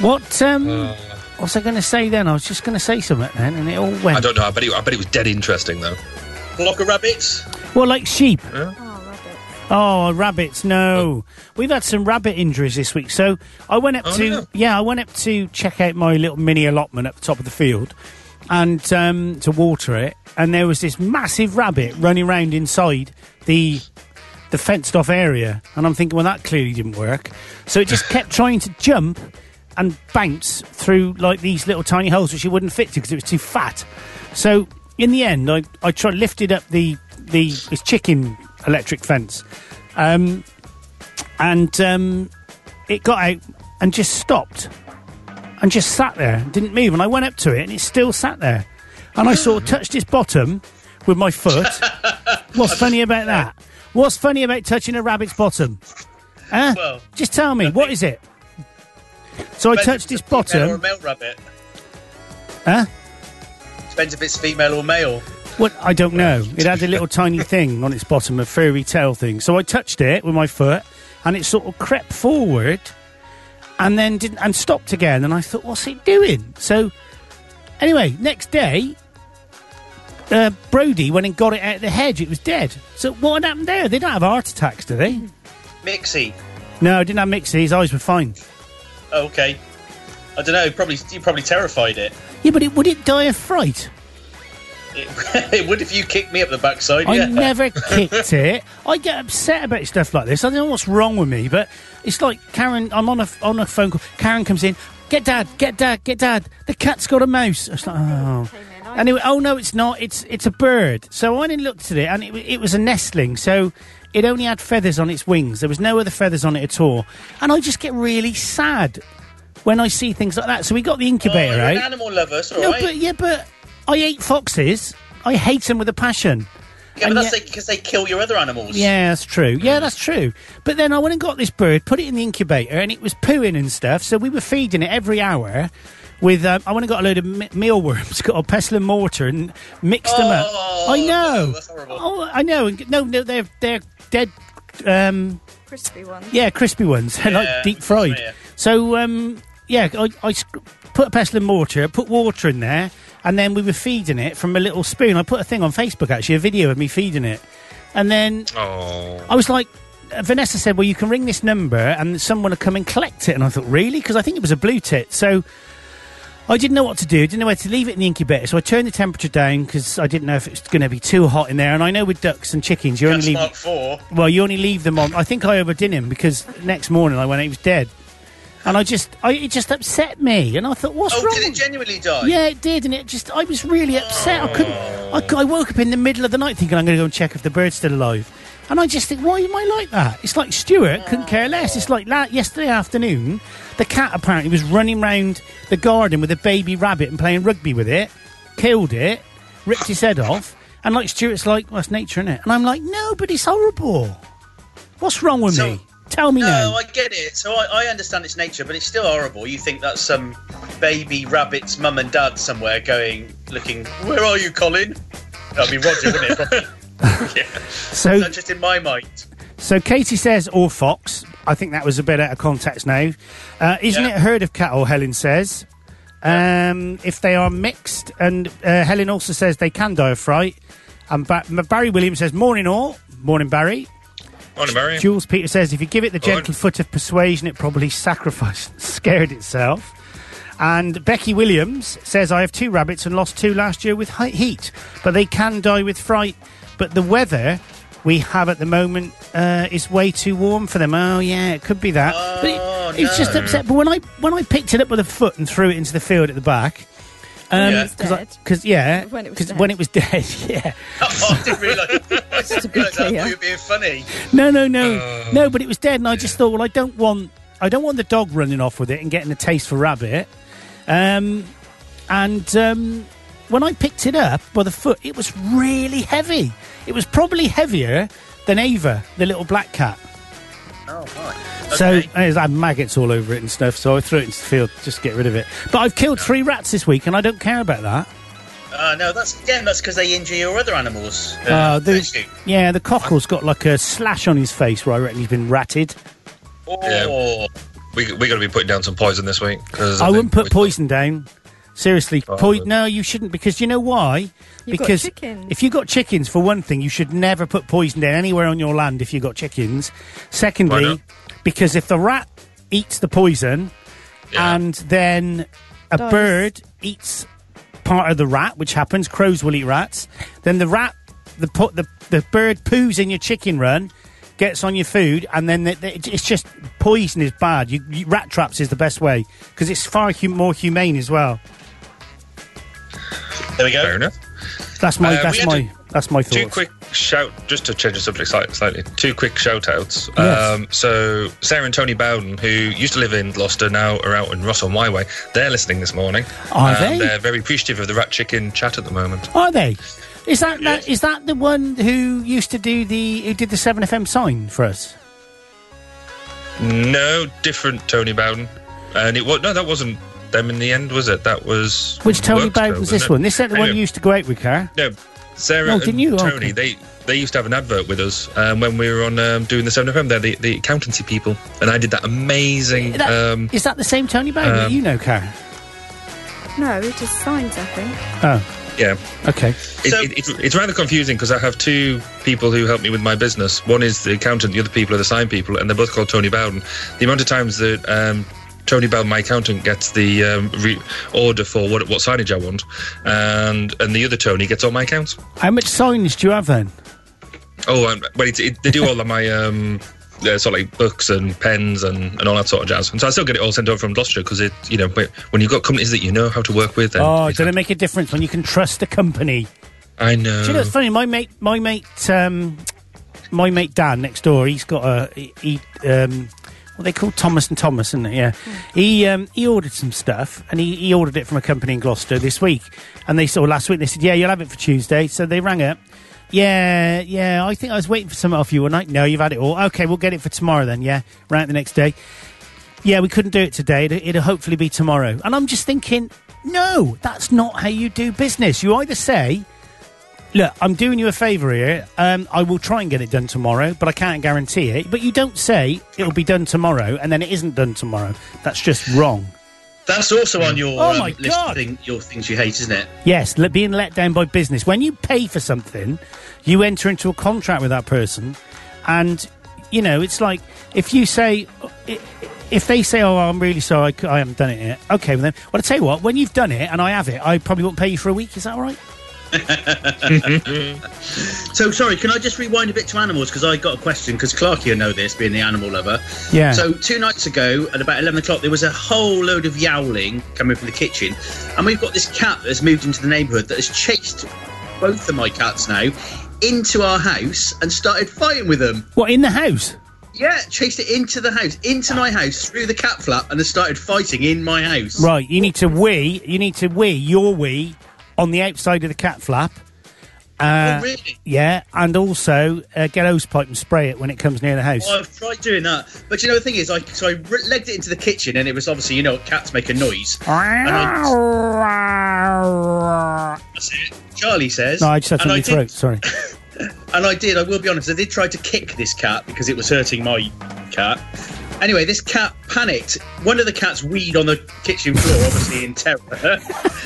what? Um,
Uh.
what was I going to say then? I was just going to say something then, and it all
I
went.
don't know. I bet it, I bet it was dead interesting though.
Flock of rabbits.
Well, like sheep.
Oh, rabbit.
Oh, rabbits! No, we've had some rabbit injuries this week. So I went up
Oh,
to
yeah.
yeah, I went up to check out my little mini allotment at the top of the field, and um, to water it. And there was this massive rabbit running around inside the the fenced off area, and I'm thinking, well, that clearly didn't work. So it just kept trying to jump and bounce through like these little tiny holes which it wouldn't fit to because it was too fat. So in the end, I I tried lifted up the the it's chicken electric fence, um, and um, it got out and just stopped and just sat there, didn't move. And I went up to it, and it still sat there. And I sort of touched its bottom with my foot. What's funny about that? What's funny about touching a rabbit's bottom? Huh?
Well,
Just tell me, what is it? So I touched its
Depends if it's a female Or a
bottom.
male rabbit.
Huh?
Depends if it's female or male.
What? I don't know. It had a little tiny thing on its bottom, a furry tail thing. So I touched it with my foot, and it sort of crept forward and then didn't and stopped again and I thought what's it doing so anyway next day uh, Brody went and got it out of the hedge it was dead so what had happened there they don't have heart attacks do they
Mixie.
no didn't have mixie his eyes were fine
Oh, okay. I don't know. Probably you probably terrified it.
yeah but it would it die of fright
It, it would if you kicked me up the backside.
I
yeah.
never kicked it. I get upset about stuff like this. I don't know what's wrong with me, but it's like Karen. I'm on a on a phone call. Karen comes in. Get dad. Get dad. Get dad. The cat's got a mouse. It's like oh. Anyway, oh no, it's not. It's it's a bird. So I went and looked at it, and it, wa- it was a nestling. So it only had feathers on its wings. There was no other feathers on it at all. And I just get really sad when I see things like that. So we got the
Oh,
incubator
you're
out.
an animal lover. It's all
No,
right.
but yeah, but I hate foxes. I hate them with a passion.
yeah, but
and
that's
yet-
because they kill your other animals.
Yeah, that's true. Yeah, that's true. But then I went and got this bird, put it in the incubator, and it was pooing and stuff. So we were feeding it every hour. With um, I went and got a load of mi- mealworms, got a pestle and mortar, and mixed them up.
Oh,
I know.
that's horrible.
Oh, I know. And No, no, they're they're dead. Um,
Crispy one.
yeah, crispy ones. They're
Yeah,
like deep fried.
yeah.
So, um, yeah, I, I sc- put a pestle and mortar, put water in there, and then we were feeding it from a little spoon. I put a thing on Facebook, actually, a video of me feeding it. And then
Oh.
I was like, uh, Vanessa said, well, you can ring this number and someone will come and collect it. And I thought, really? Because I think it was a blue tit. So I didn't know what to do. Didn't know where to leave it in the incubator. So I turned the temperature down because I didn't know if it was going to be too hot in there. And I know with ducks and chickens, you
That's
only leave.
Mark Four.
Well, you only leave them on. I think I overdid him because next morning I went, he was dead. And I just, I, it just upset me. And I thought, what's
Oh,
wrong?
did it genuinely die?
Yeah, it did, and it just, I was really upset. I couldn't, I, cou- I woke up in the middle of the night thinking I'm going to go and check if the bird's still alive. And I just think, why am I like that? It's like Stuart couldn't care less. It's like la yesterday afternoon, the cat apparently was running round the garden with a baby rabbit and playing rugby with it, killed it, ripped his head off. And like Stuart's like, well, that's nature, innit? And I'm like, no, but it's horrible. What's wrong with
So-
me? Tell me now.
No, I get it. So I, I understand its nature, but it's still horrible. You think that's some baby rabbit's mum and dad somewhere going, looking, where are you, Colin? That'd be Roger, wouldn't it?
so
That's just in my mind.
So Katie says, or fox. I think that was a bit out of context now. Uh, isn't
Yeah.
it herd of cattle, Helen says? Um, if they are mixed. And uh, Helen also says they can die of fright. And ba- M- Barry Williams says, morning all. Morning, Barry.
Morning, Barry.
Jules Peter says, if you give it the
Morning.
gentle foot of persuasion, it probably sacrificed, scared itself. And Becky Williams says, I have two rabbits and lost two last year with hi- heat, but they can die with fright. But the weather we have at the moment uh, is way too warm for them. Oh, yeah, it could be that. but
Oh,
it, it's just
no.
upset. But when I, when I picked it up with a foot and threw it into the field at the back,
Yeah.
um,
It's
I-
dead.
yeah,
When it was
'cause
dead.
when it was dead, yeah.
Oh, I didn't realise.
Just to be
I thought you
clear.
were being funny.
No, no, no,
Uh,
no. But it was dead, and I just thought, well, I don't want, I don't want the dog running off with it and getting a taste for rabbit. Um, and um, when I picked it up by the foot, it was really heavy. It was probably heavier than Ava, the little black cat.
Oh, right.
So
Okay.
and it had maggots all over it and stuff. So I threw it into the field just to get rid of it. But I've killed three rats this week, and I don't care about that.
Uh, no, that's again, that's because they injure your other animals. Uh,
Uh, the-
don't you?
yeah, the cockerel's got like a slash on his face where I reckon he's been ratted.
Oh,
We, we got to be putting down some poison this week. 'cause
I wouldn't
think
put
we-
poison down. Seriously,
Oh,
poi-
but-
no, you shouldn't because you know why?
You've got
because
chickens.
if you got chickens, for one thing, you should never put poison down anywhere on your land if you got chickens.
Why
Secondly,
not?
because if the rat eats the poison
Yeah.
and then a
Dies.
bird eats part of the rat, which happens, crows will eat rats, then the rat, the po- the, the bird poos in your chicken run. Gets on your food, and then th- th- it's just poison is bad. You, you, rat traps is the best way because it's far hu- more humane as well.
there we go.
Fair enough.
That's my
Uh, we
that's
had
my
to-
that's my thoughts.
Two quick shout, just to change the subject slight- slightly. Two quick shout outs.
Yes.
Um, so, Sarah and Tony Bowden, who used to live in Gloucester, now are out in Ross on Why Way, they're listening this morning.
Are
And
they?
They're very appreciative of the rat chicken chat at the moment.
Are they? Is that,
Yes.
that is that the one who used to do the who did the seven FM sign for us?
No, different Tony Bowden. And it was, no, that wasn't them in the end, was it? That was.
Which Tony
Workspill,
Bowden was
wasn't
this
it?
one? This is the one
Anyway,
you used to go out with, Car.
No, Sarah
Oh,
and
didn't you? Oh,
Tony,
okay.
they they used to have an advert with us um, when we were on um, doing the 7FM. They're the, the accountancy people, and I did that amazing.
That-
um,
is that the same Tony Bailey that
um,
you know, Karen?
No, just signs, I think.
Oh,
yeah,
okay.
it,
So-
it, it's it's rather confusing because I have two people who help me with my business. One is the accountant, the other people are the sign people, and they're both called Tony Bowden. The amount of times that um, Tony Bowden, my accountant, gets the um, re- order for what what signage I want, and and the other Tony gets all my accounts.
How much signs do you have then?
Oh, um, well, it's, it, they do all of my um, uh, sort of like books and pens and, and all that sort of jazz. And so I still get it all sent over from Gloucester because it, you know, wh- when you've got companies that you know how to work with, and
Oh, does it make a difference when you can trust the company?
I know.
Do you know it's funny? My mate, my mate, um, my mate Dan next door. He's got a he. he, Um, what they call Thomas and Thomas, isn't it? Yeah. He um, he ordered some stuff, and he, he ordered it from a company in Gloucester this week. And they saw last week. They said, "Yeah, you'll have it for Tuesday." So they rang up. Yeah, yeah. I think I was waiting for something off you one night. No, you've had it all. Okay, we'll get it for tomorrow then. Yeah, right the next day. Yeah, we couldn't do it today. It'll, it'll hopefully be tomorrow. And I'm just thinking, no, that's not how you do business. You either say, Look, I'm doing you a favour here. Um, I will try and get it done tomorrow, but I can't guarantee it. But you don't say it'll be done tomorrow and then it isn't done tomorrow. That's just wrong.
That's also on your
Oh
um,
my
list
God.
of thing, your things you hate, isn't it?
Yes, le- being let down by business. When you pay for something, you enter into a contract with that person, and you know it's like if you say, i- if they say, "Oh, I'm really sorry, I c- I haven't done it yet." Okay, well then, well I tell you what, when you've done it and I have it, I probably won't pay you for a week. Is that all right?
So sorry, can I just rewind a bit to animals because I got a question because Clarky will know this being the animal lover.
Yeah.
So two nights ago at about eleven o'clock there was a whole load of yowling coming from the kitchen, and we've got this cat that's moved into the neighbourhood that has chased both of my cats now into our house and started fighting with them.
What in the house?
Yeah, chased it into the house, into my house through the cat flap, and has started fighting in my house.
Right, you need to wee. You need to wee your wee on the outside of the cat flap.
Oh, really?
Yeah, and also uh, get a hose pipe and spray it when it comes near the house.
Oh, I've tried doing that, but you know the thing is, I so I re- legged it into the kitchen, and it was obviously you know cats make a noise. And I, that's it. Charlie says.
no, I just had
and
something in my
did-
throat. Sorry.
And I did. I will be honest. I did try to kick this cat because it was hurting my cat. Anyway, this cat panicked. One of the cats weed on the kitchen floor, obviously in terror.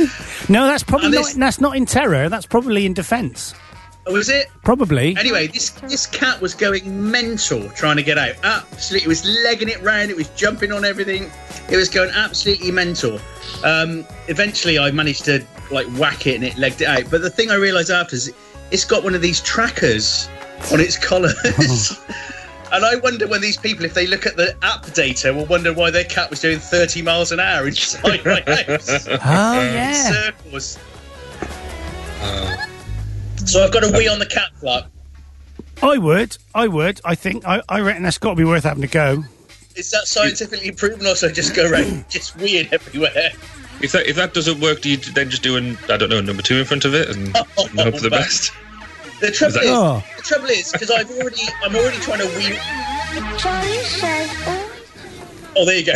No, that's probably
And
not.
this-
That's not in terror. That's probably in defence.
was it?
Probably.
Anyway, this this cat was going mental trying to get out. Absolutely, it was legging it round. It was jumping on everything. It was going absolutely mental. Um, eventually, I managed to like whack it and it legged it out. But the thing I realised after is it's got one of these trackers on its collars. And I wonder when these people, if they look at the app data, will wonder why their cat was doing 30 miles an hour inside my house.
Oh yeah.
Circles. So I've got a wee on the cat flap.
I would. I would. I think. I, I reckon that's got to be worth having a go.
Is that scientifically proven, or so just go around just weird everywhere?
If that if that doesn't work, do you then just do an I don't know number two in front of it and, and hope for the
man.
best?
The trouble
that-
is,
Oh.
the trouble is, because I've already, I'm already trying to wee. Oh, there you go.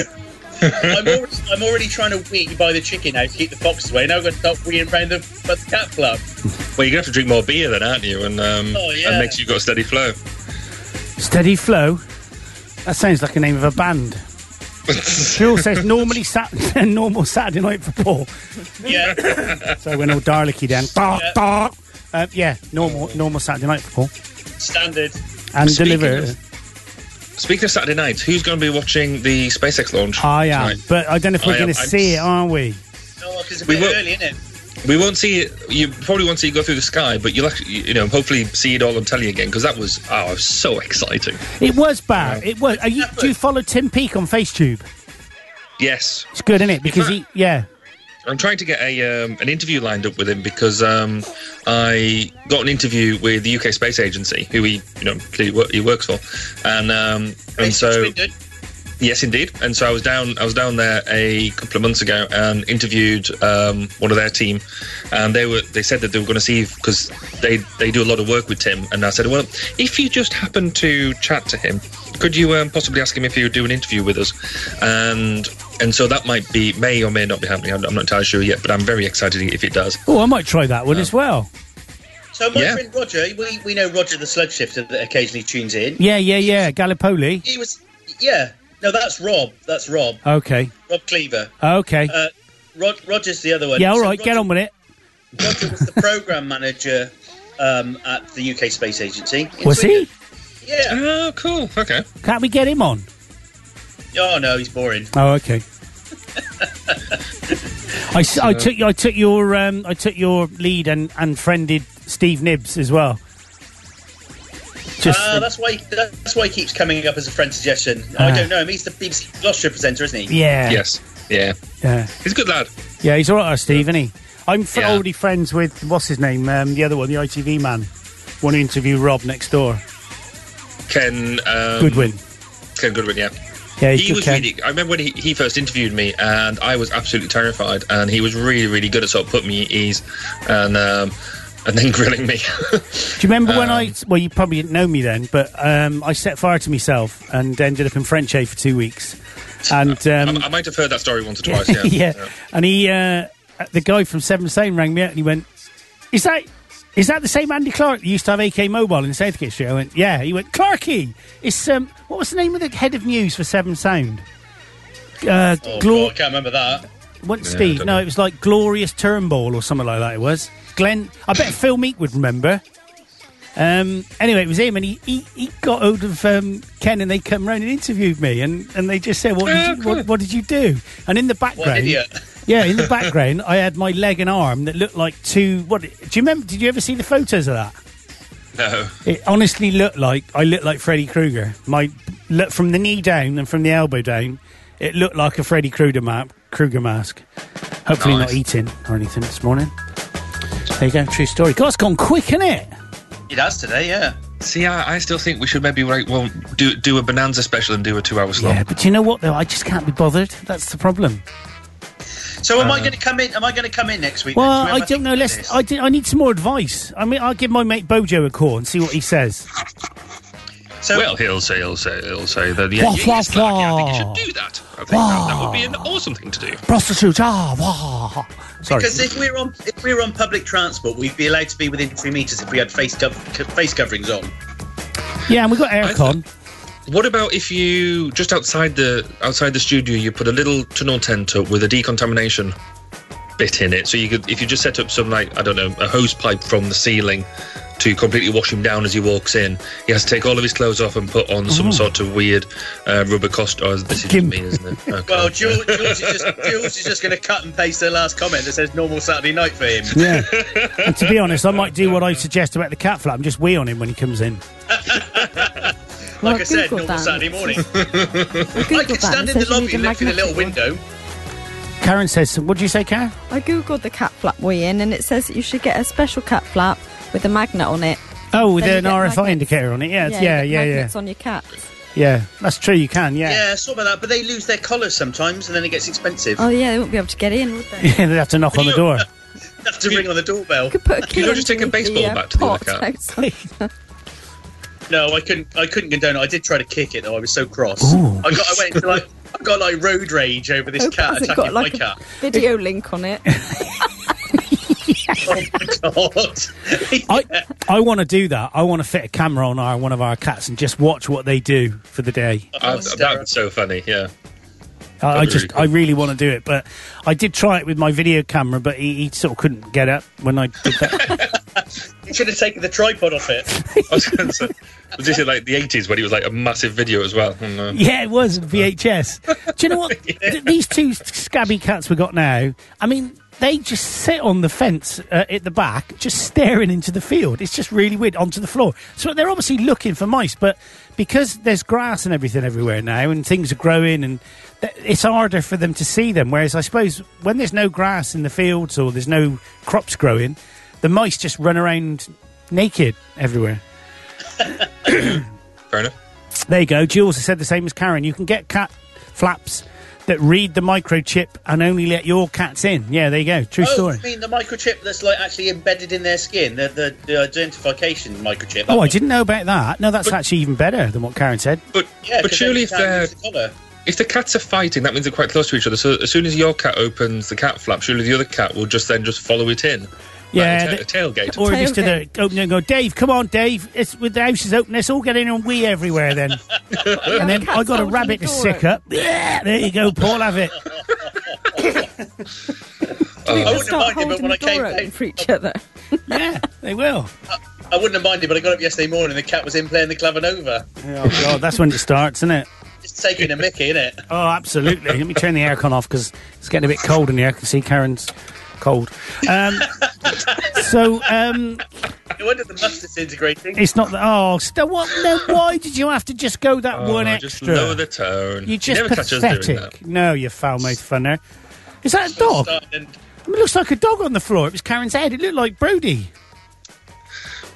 I'm, already, I'm already trying to wee by the chicken house, keep the foxes away. Now I've got to start weeing around the, by the cat flap.
Well, you're gonna have to drink more beer then, aren't you? And um,
Oh, yeah.
that makes you got a steady flow.
Steady flow. That sounds like the name of a band. Phil says normally sat normal Saturday night for Paul.
Yeah.
So when all Darlicky then. Dark, dark. Uh, yeah, normal normal Saturday night for Paul.
standard.
And
Speaking
deliver.
of- Speaking of Saturday nights, who's going to be watching the SpaceX launch?
I am,
tonight?
but I don't know if we're
I am-
going to
I'm-
see it, are we?
Oh, because it's a
We
bit
will-
early, isn't it?
We won't see it. You probably won't see it go through the sky, but you'll actually, you know, hopefully see it all on telly again because that was oh, it was so exciting.
It was bad. It was. Are you, do you follow Tim Peake on FaceTube?
Yes,
It's good, isn't it? Because he, yeah,
I'm trying to get a um, an interview lined up with him because um, I got an interview with the UK Space Agency, who he you know clearly wo- he works for, and um, and
It's
so
been good.
yes, indeed. And so I was down I was down there a couple of months ago and interviewed um, one of their team, and they were they said that they were going to see because they they do a lot of work with Tim, and I said, well, if you just happen to chat to him, could you um, possibly ask him if he would do an interview with us, and and so that might be may or may not be happening. I'm, I'm not entirely sure yet, but I'm very excited if it does.
Oh, I might try that one as well.
So my
Yeah.
friend Roger, we, we know Roger the sludge shifter that occasionally tunes in.
Yeah, yeah, yeah. Gallipoli.
He was, yeah. No, that's Rob. That's Rob.
Okay.
Rob Cleaver.
Okay.
Uh, Rod, Roger's the other one.
yeah, all
So
right. Get
Roger-
on with it.
Roger was the program manager um, at the UK Space Agency. in
Was he?
Sweden. Yeah.
Oh, cool. Okay.
Can't we get him on?
Oh no, he's boring.
Oh, okay. I, s- I took I took your um, I took your lead and, and friended Steve Nibbs as well. Just
Uh, that's why that's why he keeps coming up as a friend suggestion. I
Ah.
don't know him. He's the BBC Gloucester presenter, isn't he?
yeah,
Yes. Yeah.
yeah,
He's a good lad.
yeah. He's all right, Steve, isn't he? I'm fr-
Yeah.
already friends with what's his name, um, the other one, the ITV man. Want to interview Rob next door?
Ken um,
Goodwin.
Ken Goodwin. Yeah.
Yeah, he's
He
good
was
Ken.
really. I remember when he, he first interviewed me, and I was absolutely terrified. And he was really, really good at sort of putting me at ease, and um, and then grilling me.
Do you remember when
Um,
I? Well, you probably didn't know me then, but um, I set fire to myself and ended up in French A for two weeks. And um,
I, I might have heard that story once or twice. Yeah.
yeah. And he, uh, the guy from Seven Sane rang me up and he went, "Is that is that the same Andy Clark that used to have AK Mobile in Southgate Street?" I went, "Yeah." He went, "Clarky, it's um, what was the name of the head of news for Seven Sound?" Uh,
Oh,
Glo-
God, I can't remember that.
what,
Yeah, I
Steve?
don't
No,
know.
it was like Glorious Turnbull or something like that. It was Glenn. I bet Phil Meek would remember. Um, anyway, it was him, and he, he, he got hold of um, Ken, and they come round and interviewed me, and, and they just said, "What
Yeah,
did you,
cool.
what, what did you do?" And in the
What an
background,
idiot.
yeah, in the background, I had my leg and arm that looked like two. What do you remember? Did you ever see the photos of that?
No.
It honestly looked like I looked like Freddy Krueger. My look from the knee down and from the elbow down, it looked like a Freddy Krueger, ma- Krueger mask. Hopefully,
Nice.
not eating or anything this morning. There you go, true story. God, it's gone quick, isn't it?
It has today, yeah.
See, I, I still think we should maybe like well do do a bonanza special and do a two-hour slot.
Yeah, but you know what though? I just can't be bothered. That's the problem.
So am I going to come in? Am I going to come in next week?
Uh. Well,
then? Do we
I
have a
don't
think
know.
of
Let's.
this?
I, did, I need some more advice. I mean, I'll give my mate Bojo a call and see what he says.
so
Well, he'll say, he'll say, he'll say that. Yeah,
Wah, wah,
yeah, yes, Clarky, I
wah.
think you should do that. I think that, that would be an awesome thing to do.
Prostitute. Ah, wah. Sorry.
Because if we're on if we're on public transport, we'd be allowed to be within three meters if we had face gov- co- face coverings on.
Yeah, and we got aircon.
What about if you just outside the outside the studio, you put a little tunnel tent up with a decontamination bit in it, so you could if you just set up some like I don't know a hose pipe from the ceiling to completely wash him down as he walks in. He has to take all of his clothes off and put on some sort of weird uh, rubber cost. Oh, this is just
Gimp.
me, isn't it? Oh, Okay.
Oh.
Well, Jules, Jules is just Jules is just going to cut and paste their last comment that says normal Saturday night for him.
Yeah. and to be honest, I might do what I suggest about the cat flap and just wee on him when he comes in.
Like
Well,
I said,
Google
normal
that.
Saturday morning.
I
I could stand in the lobby and look through the little window.
Karen says, "What do you say, Karen?"
I googled the cat flap weigh in, and it says that you should get a special cat flap with a magnet on it.
Oh, with
Then you
an
get
RFI
magnets.
indicator on it. Yeah, it's- yeah,
you
yeah,
get
yeah,
Magnets on your cats.
yeah. That's true. You can. Yeah.
Yeah, sort about that. But they lose their collars sometimes, and then it gets expensive.
Oh yeah, they won't be able to get in, would they?
They'd have to knock on the door.
Have to ring on the doorbell.
could put a key
You don't just take a
underneath
baseball
the, uh,
bat to do
pot
the cat.
outside.
No, I couldn't. I couldn't condone it. I did try to kick it though. I was so cross.
Ooh.
I got. I went into like. I got like road rage over this
Hope Oh, it
cat
hasn't
attacking
got
my
like a
cat.
video link on it.
Oh my god!
I I want to do that. I want to fit a camera on our one of our cats and just watch what they do for the day.
I, that was so funny. Yeah.
I, I
That'd be
just
really cool.
I really want to do it, but I did try it with my video camera, but he, he sort of couldn't get up when I did that.
You should have taken the tripod off it.
I was gonna say, was this in like the 80s when it was like a massive video as well? Oh, no.
Yeah, it was VHS. Do you know what? Th- These two scabby cats we got now, I mean, they just sit on the fence uh, at the back, just staring into the field. It's just really weird, onto the floor. So they're obviously looking for mice, but because there's grass and everything everywhere now and things are growing and th- it's harder for them to see them. Whereas I suppose when there's no grass in the fields or there's no crops growing, the mice just run around naked everywhere.
Fair enough.
There you go. Jules has said the same as Karen. You can get cat flaps that read the microchip and only let your cats in. Yeah, there you go. True
Oh,
story.
I mean the microchip that's like actually embedded in their skin, the the, the identification microchip.
Oh, I didn't know about that. No, that's actually even better than what Karen said.
But,
Yeah,
but
'cause then
surely
you
if
can't
they're
lose the collar.
If the cats are fighting, that means they're quite close to each other. So as soon as your cat opens the cat flap, surely the other cat will just then just follow it in.
Yeah,
Like a ta- a tailgate.
Or just did
Tailgate.
a opening and go, Dave, come on, Dave. It's, with the house is open, let's all get in and wee everywhere then. and then I got a rabbit to sick up. Yeah, there you go, Paul, have it.
I
Just
wouldn't have minded,
start
but
holding
when I
the
came
door
home,
open for each other.
Yeah, they will.
I wouldn't have minded, but I got up yesterday morning and the cat was in playing the clavinova.
Oh, God, that's when it starts, isn't it?
It's taking a mickey, isn't it?
Oh, absolutely. Let me turn the aircon off because it's getting a bit cold in here. I can see Karen's cold. Um, so um,
No wonder the mustard's integrating.
it's not that. Oh, so what, no, why did you have to just go that one
Oh, Just
extra?
lower the tone.
You're just
never catch us doing that.
pathetic. No, you foul mouthed funner. Is that a dog? I
Starting-
mean, it looks like a dog on the floor. It was Karen's head. It looked like Brody.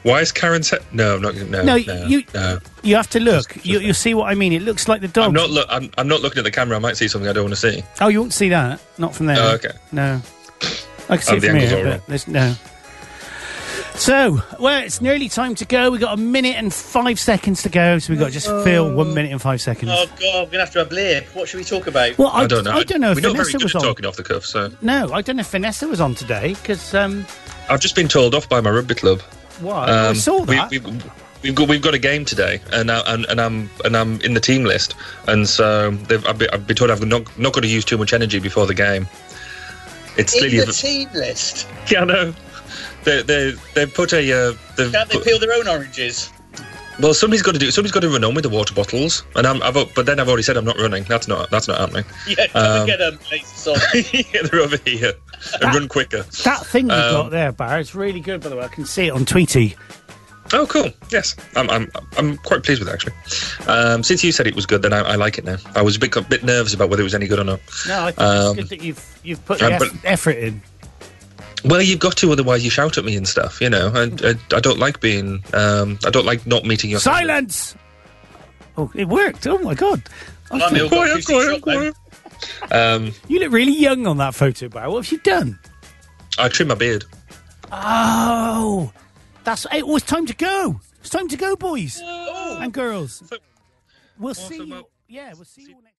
Why is Karen? Te- no, I'm not. No,
No,
no,
you
no.
you have to look. You, you'll see what I mean. It looks like the dog.
I'm not. Look, I'm, I'm not looking at the camera. I might see something I don't want to see.
Oh, you won't see that. Not from there.
Oh, okay.
No. I can see
Oh,
it
the
from
angle's
here,
all wrong.
but there's no. So, well, it's nearly time to go. We've got a minute and five seconds to go, so we've got to just fill one minute and five seconds.
Oh, God, I'm going to have to have Lear. What should we talk about?
well,
I, don't know.
I don't know if
We're not very
Vanessa
good
was
at
on.
talking off the cuff, so
No, I don't know if Vanessa was on today, because, um,
I've just been told off by my rugby club.
why? I
Um,
saw that.
We, we, We've got, we've got a game today, and, I, and and I'm and I'm in the team list, and so they've, I've, been, I've been told I've not not got to use too much energy before the game. It's
In
clearly
the team list.
yeah, I know. They they they put a uh, they've
Can't they
put-
peel their own oranges?
Well, somebody's got to do. Somebody's got to run on with the water bottles, and I'm. I've, but then I've already said I'm not running. That's not. That's not happening.
Yeah,
Um,
get them, laces on.
yeah, they're over here and run quicker.
that thing you
um,
got there, Barry, it's really good, by the way. I can see it on Tweety.
Oh, cool. Yes, I'm. I'm. I'm quite pleased with it actually. Um, since you said it was good, then I, I like it now. I was a bit, a bit nervous about whether it was any good or not.
No, I think
Um,
it's good that you've, you've put
um,
the eff-
but-
effort in.
Well, you've got to, otherwise you shout at me and stuff. You know, and I, I don't like being. Um, I don't like not meeting your
Silence! Oh, it worked. Oh, my God. I
Blimey, all got
Quiet,
acoustic
quiet,
shock, though.
quiet. Um,
You look really young on that photo, Barry. What have you done?
I trim my beard.
Oh, that's it. Was time to go. It's time to go, boys and girls. We'll see
Awesome,
you.
well,
Yeah, we'll see you all next.